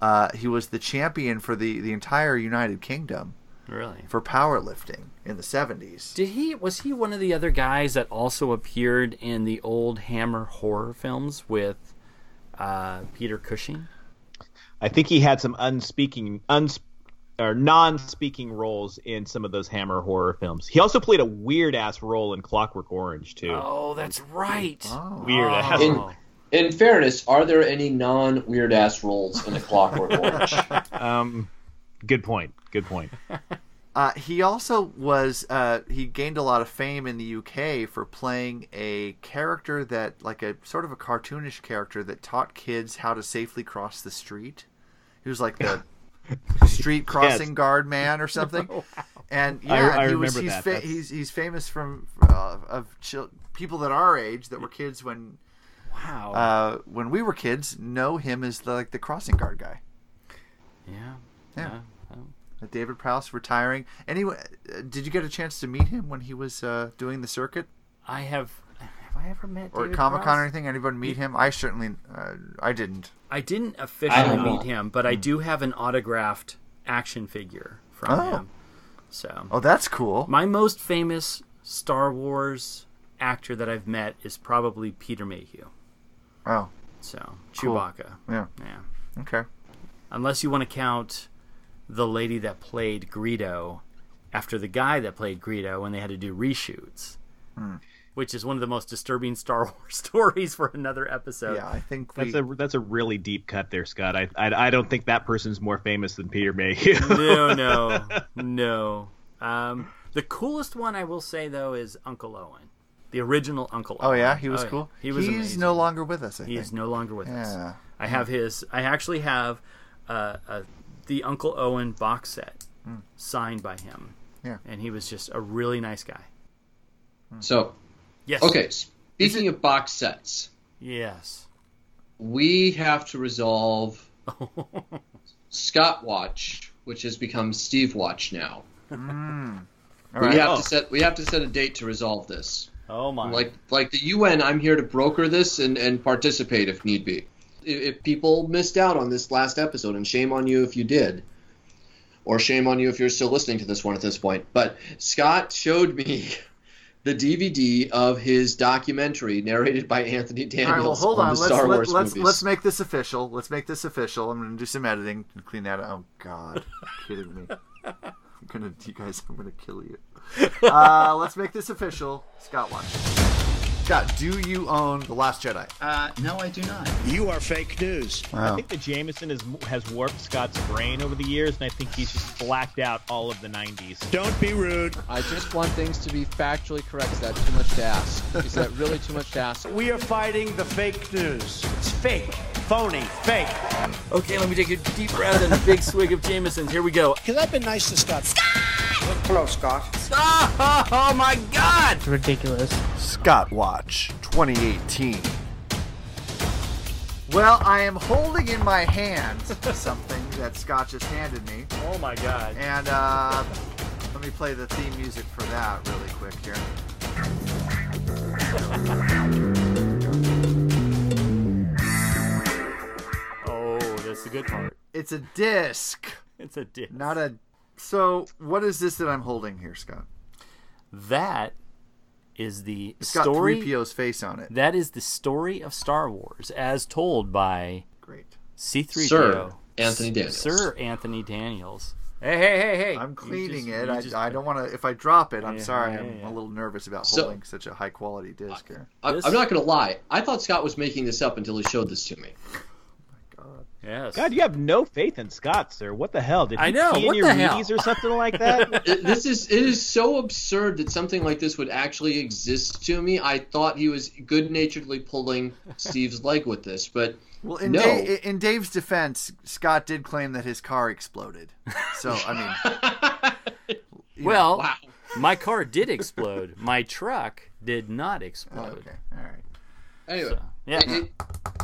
Speaker 8: Uh, he was the champion for the, the entire United Kingdom.
Speaker 9: Really?
Speaker 8: for powerlifting in the 70s.
Speaker 9: Did he was he one of the other guys that also appeared in the old Hammer horror films with uh, Peter Cushing?
Speaker 1: I think he had some unspeaking, uns, or non-speaking roles in some of those Hammer horror films. He also played a weird ass role in Clockwork Orange too.
Speaker 9: Oh, that's right.
Speaker 8: Oh,
Speaker 1: Weird ass.
Speaker 7: In, in fairness, are there any non weird ass roles in a Clockwork Orange?
Speaker 1: um, good point. Good point.
Speaker 8: Uh, he also was uh, he gained a lot of fame in the UK for playing a character that like a sort of a cartoonish character that taught kids how to safely cross the street. He was like the street crossing guard man or something. And yeah,
Speaker 1: Oh, I- I
Speaker 8: he was,
Speaker 1: remember
Speaker 8: he's,
Speaker 1: that.
Speaker 8: fa-
Speaker 1: That's-
Speaker 8: he's he's famous from uh, of chil- people that our age that were kids when
Speaker 9: wow
Speaker 8: uh, when we were kids know him as the, like the crossing guard guy.
Speaker 9: Yeah.
Speaker 8: Yeah.
Speaker 9: yeah.
Speaker 8: Uh, David Prowse retiring. Anyway, uh, did you get a chance to meet him when he was uh, doing the circuit
Speaker 9: I have have I ever met
Speaker 8: or
Speaker 9: David
Speaker 8: Comic Con or
Speaker 9: Prowse?
Speaker 8: anything? Anybody meet him? I certainly, uh, I didn't.
Speaker 9: I Hmm. didn't
Speaker 8: I
Speaker 9: officially
Speaker 8: don't know.
Speaker 9: meet him, but I do have an autographed action figure from
Speaker 8: Oh.
Speaker 9: him. So
Speaker 8: Oh, that's cool.
Speaker 9: My most famous Star Wars actor that I've met is probably Peter Mayhew.
Speaker 8: Oh,
Speaker 9: So
Speaker 8: Cool.
Speaker 9: Chewbacca.
Speaker 8: Yeah.
Speaker 9: Yeah.
Speaker 8: okay.
Speaker 9: Unless you want to count the lady that played Greedo after the guy that played Greedo when they had to do reshoots.
Speaker 8: Hmm.
Speaker 9: Which is one of the most disturbing Star Wars stories for another episode.
Speaker 8: yeah, I think we,
Speaker 1: That's a that's a really deep cut there, Scott. I I, I don't think that person's more famous than Peter Mayhew.
Speaker 9: no, no, no. Um, the coolest one I will say though is Uncle Owen, the original Uncle.
Speaker 8: Oh
Speaker 9: Owen.
Speaker 8: yeah, he was cool.
Speaker 9: He was.
Speaker 8: He's
Speaker 9: amazing.
Speaker 8: no longer with us. I
Speaker 9: He
Speaker 8: think.
Speaker 9: is no longer with
Speaker 8: Yeah.
Speaker 9: us. I have his. I actually have uh, uh, the Uncle Owen box set
Speaker 8: Hmm.
Speaker 9: signed by him.
Speaker 8: Yeah.
Speaker 9: and he was just a really nice guy.
Speaker 7: so,
Speaker 9: Yes.
Speaker 7: okay, speaking of box sets,
Speaker 9: Yes.
Speaker 7: we have to resolve Scott Watch, which has become Steve Watch now.
Speaker 8: Mm. All
Speaker 7: We
Speaker 8: right.
Speaker 7: have to set we have to set a date to resolve this.
Speaker 9: Oh my.
Speaker 7: Like like the UN, I'm here to broker this and, and participate if need be. If, if people missed out on this last episode, and shame on you if you did, or shame on you if you're still listening to this one at this point. But Scott showed me the DVD of his documentary narrated by Anthony
Speaker 8: All right, well,
Speaker 7: Daniels
Speaker 8: hold
Speaker 7: on,
Speaker 8: on.
Speaker 7: the
Speaker 8: Let's
Speaker 7: Star
Speaker 8: let,
Speaker 7: Wars
Speaker 8: let's
Speaker 7: movies.
Speaker 8: let's make this official. Let's make this official. I'm going to do some editing and clean that. up. Oh God, You're kidding me? I'm gonna, you guys, I'm going to kill you. Uh, let's make this official. Scott Watch. Scott, do you own the Last Jedi?
Speaker 17: Uh, no, I do not.
Speaker 18: You are fake news.
Speaker 1: I think that Jameson is, has warped Scott's brain over the years, and I think he's just blacked out all of the '90s.
Speaker 18: Don't be rude.
Speaker 7: I just want things to be factually correct. Is that too much to ask? Is that really too much to ask?
Speaker 18: We are fighting the fake news. It's fake, phony, fake.
Speaker 9: Okay, let me take a deep breath and a big swig of Jameson's. Here we go.
Speaker 18: Because I've been nice to Scott.
Speaker 17: Hello, Scott.
Speaker 9: Oh, oh my God!
Speaker 8: Ridiculous. Scott Watch 2018. Well, I am holding in my hand something that Scott just handed me.
Speaker 9: Oh my God!
Speaker 8: And uh, let me play the theme music for that really quick here.
Speaker 9: Oh, that's the good part.
Speaker 8: It's a disc,
Speaker 9: It's a dick.
Speaker 8: not a. So, what is this that I'm holding here, Scott?
Speaker 9: That is the
Speaker 8: It's got
Speaker 9: story.
Speaker 8: 3PO's face on it.
Speaker 9: That is the story of Star Wars as told by
Speaker 8: Great.
Speaker 9: C3PO.
Speaker 7: Sir Anthony Daniels.
Speaker 9: Sir Anthony Daniels. Hey, hey, hey, hey.
Speaker 8: I'm
Speaker 9: You
Speaker 8: cleaning
Speaker 9: just-
Speaker 8: it.
Speaker 9: you
Speaker 8: I,
Speaker 9: just-
Speaker 8: I don't want to. If I drop it, I'm
Speaker 9: Yeah,
Speaker 8: sorry.
Speaker 9: yeah,
Speaker 8: I'm
Speaker 9: yeah.
Speaker 8: a little nervous about
Speaker 7: So-
Speaker 8: holding such a high quality disc here.
Speaker 7: I,
Speaker 9: This-
Speaker 7: I'm not going to lie. I thought Scott was making this up until he showed this to me.
Speaker 9: Yes.
Speaker 1: God, you have no faith in Scott, sir. What the hell? Did
Speaker 9: I
Speaker 1: you
Speaker 9: know,
Speaker 1: pee in
Speaker 9: what
Speaker 1: your
Speaker 9: the hell?
Speaker 1: meaties or something like that?
Speaker 7: It- this is it is so absurd that something like this would actually exist to me. I thought he was good naturedly pulling Steve's leg with this, but
Speaker 8: Well, in,
Speaker 7: No.
Speaker 8: Da- in Dave's defense, Scott did claim that his car exploded. So, I mean, you know.
Speaker 9: Well,
Speaker 7: wow.
Speaker 9: my car did explode. My truck did not explode.
Speaker 8: Oh, okay. All right.
Speaker 7: Anyway,
Speaker 9: So, yeah.
Speaker 7: it- it-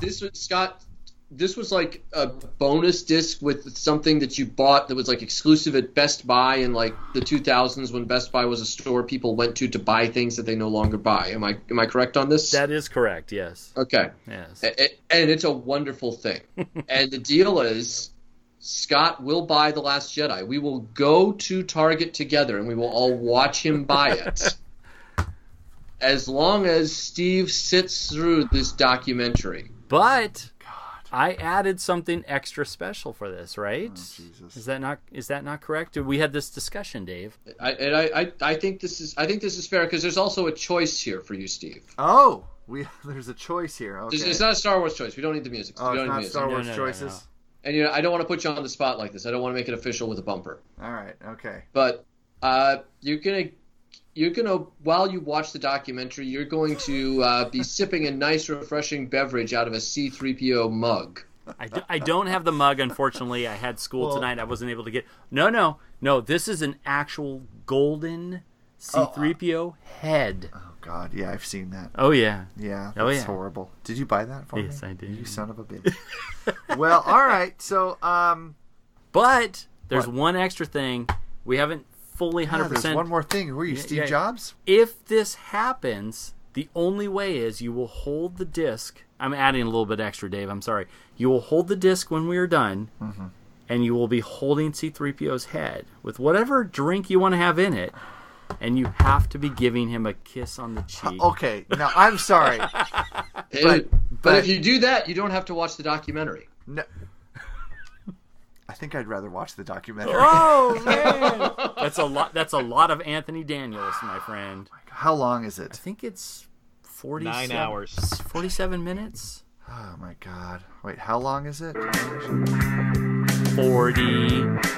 Speaker 7: this was Scott. This was like a bonus disc with something that you bought that was like exclusive at Best Buy in like the 2000s when Best Buy was a store people went to to buy things that they no longer buy. Am I am I correct on this?
Speaker 9: That is correct. Yes.
Speaker 7: okay.
Speaker 9: Yes.
Speaker 7: eh. A- a- and it's a wonderful thing. and the deal is, Scott will buy The Last Jedi. We will go to Target together and we will all watch him buy it. as long as Steve sits through this documentary.
Speaker 9: But I added something extra special for this, right?
Speaker 8: Oh,
Speaker 9: Is that not is that not correct? We had this discussion, Dave.
Speaker 7: I, and I, I, I think this is I think this is fair because there's also a choice here for you, Steve.
Speaker 8: Oh, we there's a choice here. Okay.
Speaker 7: It's, it's not a Star Wars choice. We don't need the music.
Speaker 8: Oh,
Speaker 7: we don't
Speaker 8: it's
Speaker 7: need the
Speaker 8: not
Speaker 7: music.
Speaker 8: Star Wars choices.
Speaker 7: And you know, I don't want to put you on the spot like this. I don't want to make it official with a bumper.
Speaker 8: All right. Okay.
Speaker 7: But uh, you're gonna you're gonna while you watch the documentary, you're going to uh, be sipping a nice, refreshing beverage out of a C-3PO mug.
Speaker 9: I, d- I don't have the mug, unfortunately. I had school
Speaker 7: Well-
Speaker 9: tonight. I wasn't able to get. No, no, no. This is an actual golden C3PO head.
Speaker 8: Oh God, yeah, I've seen that.
Speaker 9: Oh, yeah.
Speaker 8: yeah. That's
Speaker 9: Oh, yeah.
Speaker 8: horrible. Did you buy that for me?
Speaker 9: Yes, I did.
Speaker 8: You son of a bitch. well, all right. So, um,
Speaker 9: but there's one extra thing we haven't fully
Speaker 8: Yeah,
Speaker 9: 100.
Speaker 8: there's
Speaker 9: percent
Speaker 8: one more thing. Were you Steve Jobs?
Speaker 9: If this happens, the only way is you will hold the disc. I'm adding a little bit extra, Dave. I'm sorry. You will hold the disc when we are done, and you will be holding C3PO's head with whatever drink you want to have in it, and you have to be giving him a kiss on the cheek.
Speaker 8: Okay, now I'm sorry.
Speaker 7: but,
Speaker 9: but-
Speaker 7: if you do that, you don't have to watch the documentary.
Speaker 8: No. I think I'd rather watch the documentary.
Speaker 9: Oh man, that's a lot. That's a lot of Anthony Daniels, my friend.
Speaker 8: How long is it? I
Speaker 9: think it's forty
Speaker 1: Nine hours.
Speaker 9: forty-seven minutes.
Speaker 8: Oh my god! Wait, how long is it?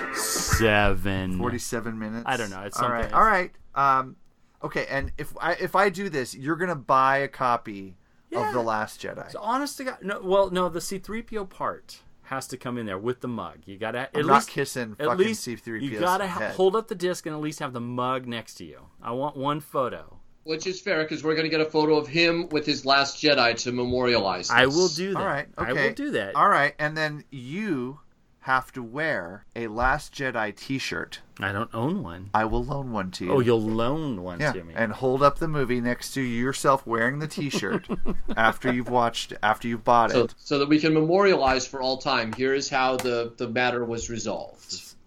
Speaker 9: Forty-seven.
Speaker 8: Forty-seven minutes.
Speaker 9: I don't know. It's
Speaker 8: all right.
Speaker 9: something.
Speaker 8: All right. Um, okay, and if I if I do this, you're gonna buy a copy of the Last Jedi.
Speaker 9: So honest to God, no. Well, no, the C-3PO part has to come in there with the mug. You gotta at
Speaker 8: I'm
Speaker 9: least
Speaker 8: not kissing
Speaker 9: at
Speaker 8: fucking
Speaker 9: least
Speaker 8: C-3PO's
Speaker 9: You gotta ha-
Speaker 8: head.
Speaker 9: hold up the disc and at least have the mug next to you. I want one photo.
Speaker 7: Which is fair because we're going to get a photo of him with his last Jedi to memorialize. This.
Speaker 9: I will do that.
Speaker 8: All right.
Speaker 9: I
Speaker 8: Okay.
Speaker 9: will do that.
Speaker 8: All right, and then you have to wear a Last Jedi T-shirt.
Speaker 9: I don't own one.
Speaker 8: I will loan one to you.
Speaker 9: Oh, you'll loan one
Speaker 8: yeah,
Speaker 9: to me.
Speaker 8: and hold up the movie next to yourself wearing the T-shirt after you've watched, after you've bought
Speaker 7: So,
Speaker 8: it.
Speaker 7: so that we can memorialize for all time. Here is how the, the matter was resolved.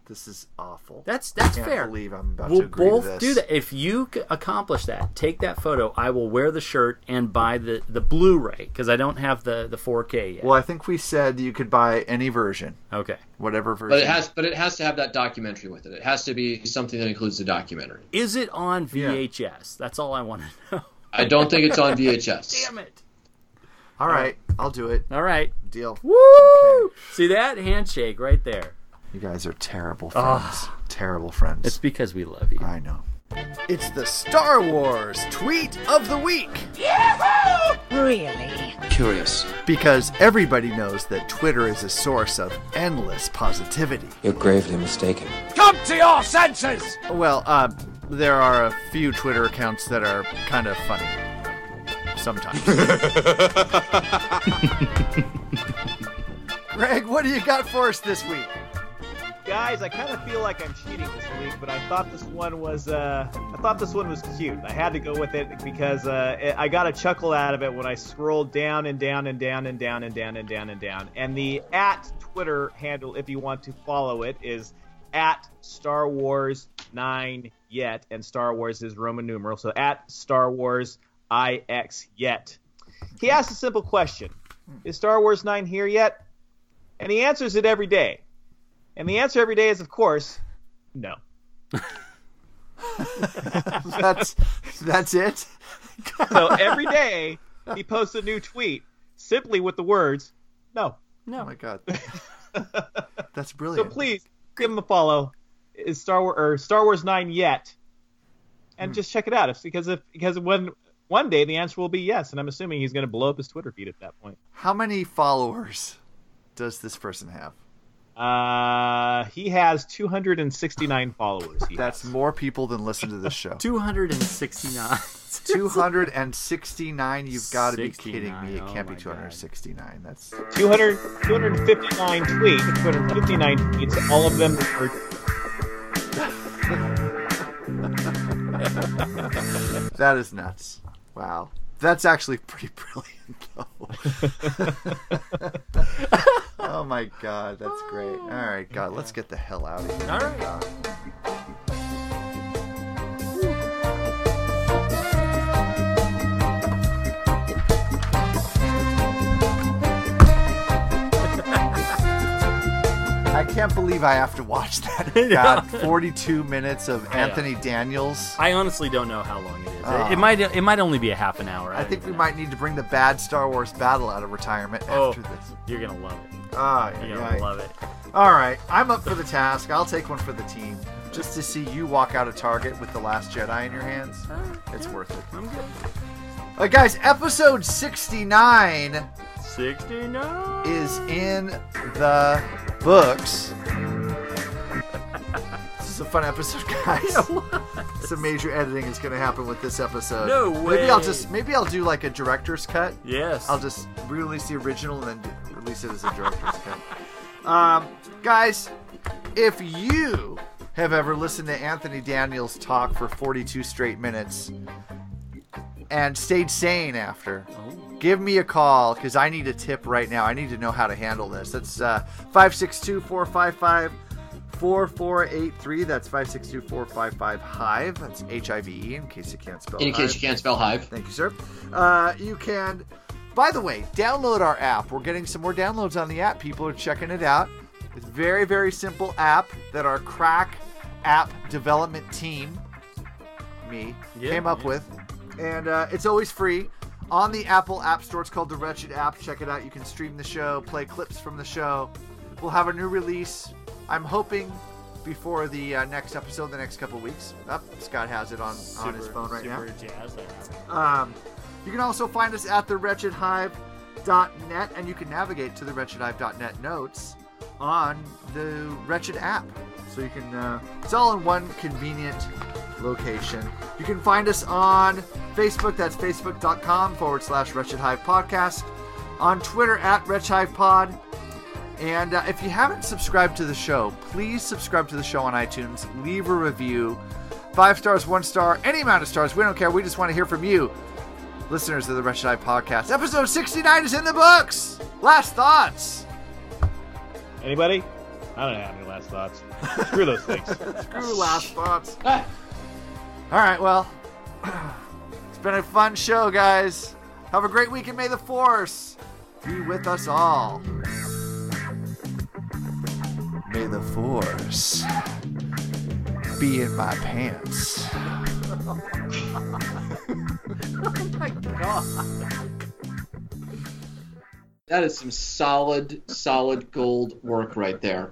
Speaker 8: This is awful.
Speaker 9: That's that's
Speaker 8: Can't
Speaker 9: fair.
Speaker 8: believe I'm about
Speaker 9: we'll
Speaker 8: to agree to
Speaker 9: both
Speaker 8: this.
Speaker 9: do that. If you c- accomplish that, take that photo. I will wear the shirt and buy the the Blu-ray because I don't have the the 4K yet.
Speaker 8: Well, I think we said you could buy any version.
Speaker 9: Okay.
Speaker 8: Whatever version.
Speaker 7: But it has but it has to have that documentary with it. It has to be something that includes the documentary.
Speaker 9: Is it on VHS? That's all I want to know.
Speaker 7: I don't think it's on VHS.
Speaker 9: Damn it!
Speaker 8: All right, I'll do it.
Speaker 9: All right.
Speaker 8: Deal.
Speaker 9: Woo! See that handshake right there.
Speaker 8: You guys are terrible friends.
Speaker 9: Ah.
Speaker 8: Terrible friends. It's
Speaker 9: because we love you.
Speaker 8: I know.
Speaker 2: It's the Star Wars tweet of the week.
Speaker 19: Really?
Speaker 2: Curious. Because everybody knows that Twitter is a source of endless positivity.
Speaker 5: You're gravely mistaken.
Speaker 2: Come to your senses! Well, uh, there are a few Twitter accounts that are kind of funny. Sometimes. Greg, what do you got for us this week?
Speaker 1: Guys, I kind of feel like I'm cheating this week, but I thought this one was uh, I thought this one was cute. I had to go with it because uh, it- I got a chuckle out of it when I scrolled down and down and down and down and down and down and down. And the at Twitter handle, if you want to follow it, is at Star Wars Nine Yet, and Star Wars is Roman numeral, so at Star Wars IX Yet. He asked a simple question: Is Star Wars Nine here yet? And he answers it every day. And the answer every day is, of course, no.
Speaker 8: that's that's it.
Speaker 1: so every day he posts a new tweet simply with the words, no.
Speaker 9: No.
Speaker 8: Oh my god. That's
Speaker 1: So
Speaker 8: brilliant.
Speaker 1: please give him a follow. Is Star Wars or Star Wars Nine yet? And just check it out. It's because if because when one day the answer will be yes, and I'm assuming he's going to blow up his Twitter feed at that point.
Speaker 8: How many followers does this person have?
Speaker 1: Uh, he has 269 followers. He
Speaker 8: That's more people than listen to this show.
Speaker 9: 269.
Speaker 8: 269. You've got to be kidding
Speaker 9: 69,
Speaker 8: me. It
Speaker 9: oh
Speaker 8: can't
Speaker 9: my
Speaker 8: be
Speaker 9: God.
Speaker 8: 269. That's
Speaker 1: 200, 259 tweets, 259 tweets, all of them are.
Speaker 8: that is nuts. Wow. That's actually pretty brilliant, though. Oh my god, that's great. All right, God, let's get the hell out of here.
Speaker 2: All right.
Speaker 8: I can't believe I have to watch that. God, 42 minutes of Anthony Daniels.
Speaker 9: I honestly don't know how long it is.
Speaker 8: Ah.
Speaker 9: it, it might it might only be a half an hour.
Speaker 8: I think we might need to bring the bad Star Wars battle out of retirement after this.
Speaker 9: You're gonna love it.
Speaker 8: Ah,
Speaker 9: You're
Speaker 8: yeah,
Speaker 9: gonna
Speaker 8: right.
Speaker 9: Oh. love it.
Speaker 8: All right, I'm up for the task. I'll take one for the team. Just to see you walk out of Target with The Last Jedi in your hands, it's worth it.
Speaker 9: I'm good.
Speaker 8: All right, guys, episode 69
Speaker 9: 69.
Speaker 8: is in the books. this is a fun episode, guys. Some major editing is going to happen with this episode.
Speaker 9: No
Speaker 8: Maybe I'll
Speaker 9: way.
Speaker 8: just maybe I'll do like a director's cut.
Speaker 9: Yes.
Speaker 8: I'll just re-release the original and then do- release it as a director's cut. Um, guys, if you have ever listened to Anthony Daniels talk for 42 straight minutes and stayed sane after,
Speaker 7: Oh.
Speaker 8: give me a call because I need a tip right now. I need to know how to handle this. That's uh, 562 455 4483. That's 562 455 Hive. That's H I V E in case you can't spell
Speaker 7: In case you can't spell hive.
Speaker 8: Thank you, sir. Uh, you can, by the way, download our app. We're getting some more downloads on the app. People are checking it out. It's a very, very simple app that our crack app development team, me,
Speaker 9: Yeah,
Speaker 8: came up
Speaker 9: yeah.
Speaker 8: with. And uh, it's always free on the Apple App Store. It's called the Wretched App. Check it out. You can stream the show, play clips from the show. We'll have a new release. I'm hoping before the uh, next episode, the next couple weeks. Up, Scott has it on, on his phone right now.
Speaker 9: super jazzed I have it.
Speaker 8: Um, you can also find us at thewretchedhive.net, and you can navigate to the wretchedhive.net notes on the Wretched app. So you can, uh, it's all in one convenient location. You can find us on Facebook, that's facebook.com forward slash Wretched Hive Podcast, on Twitter at Wretched Hive Pod. And uh, if you haven't subscribed to the show, please subscribe to the show on iTunes. Leave a review. Five stars, one star, any amount of stars. We don't care. We just want to hear from you. Listeners of the Wretched Eye Podcast. Episode 69 is in the books. Last thoughts.
Speaker 1: Anybody? I don't have any last thoughts. Screw those things.
Speaker 8: Screw last thoughts. All right, well, it's been a fun show, guys. Have a great week and may the Force be with us all. May the Force be in my pants. Oh
Speaker 7: That is some solid, solid gold work right there.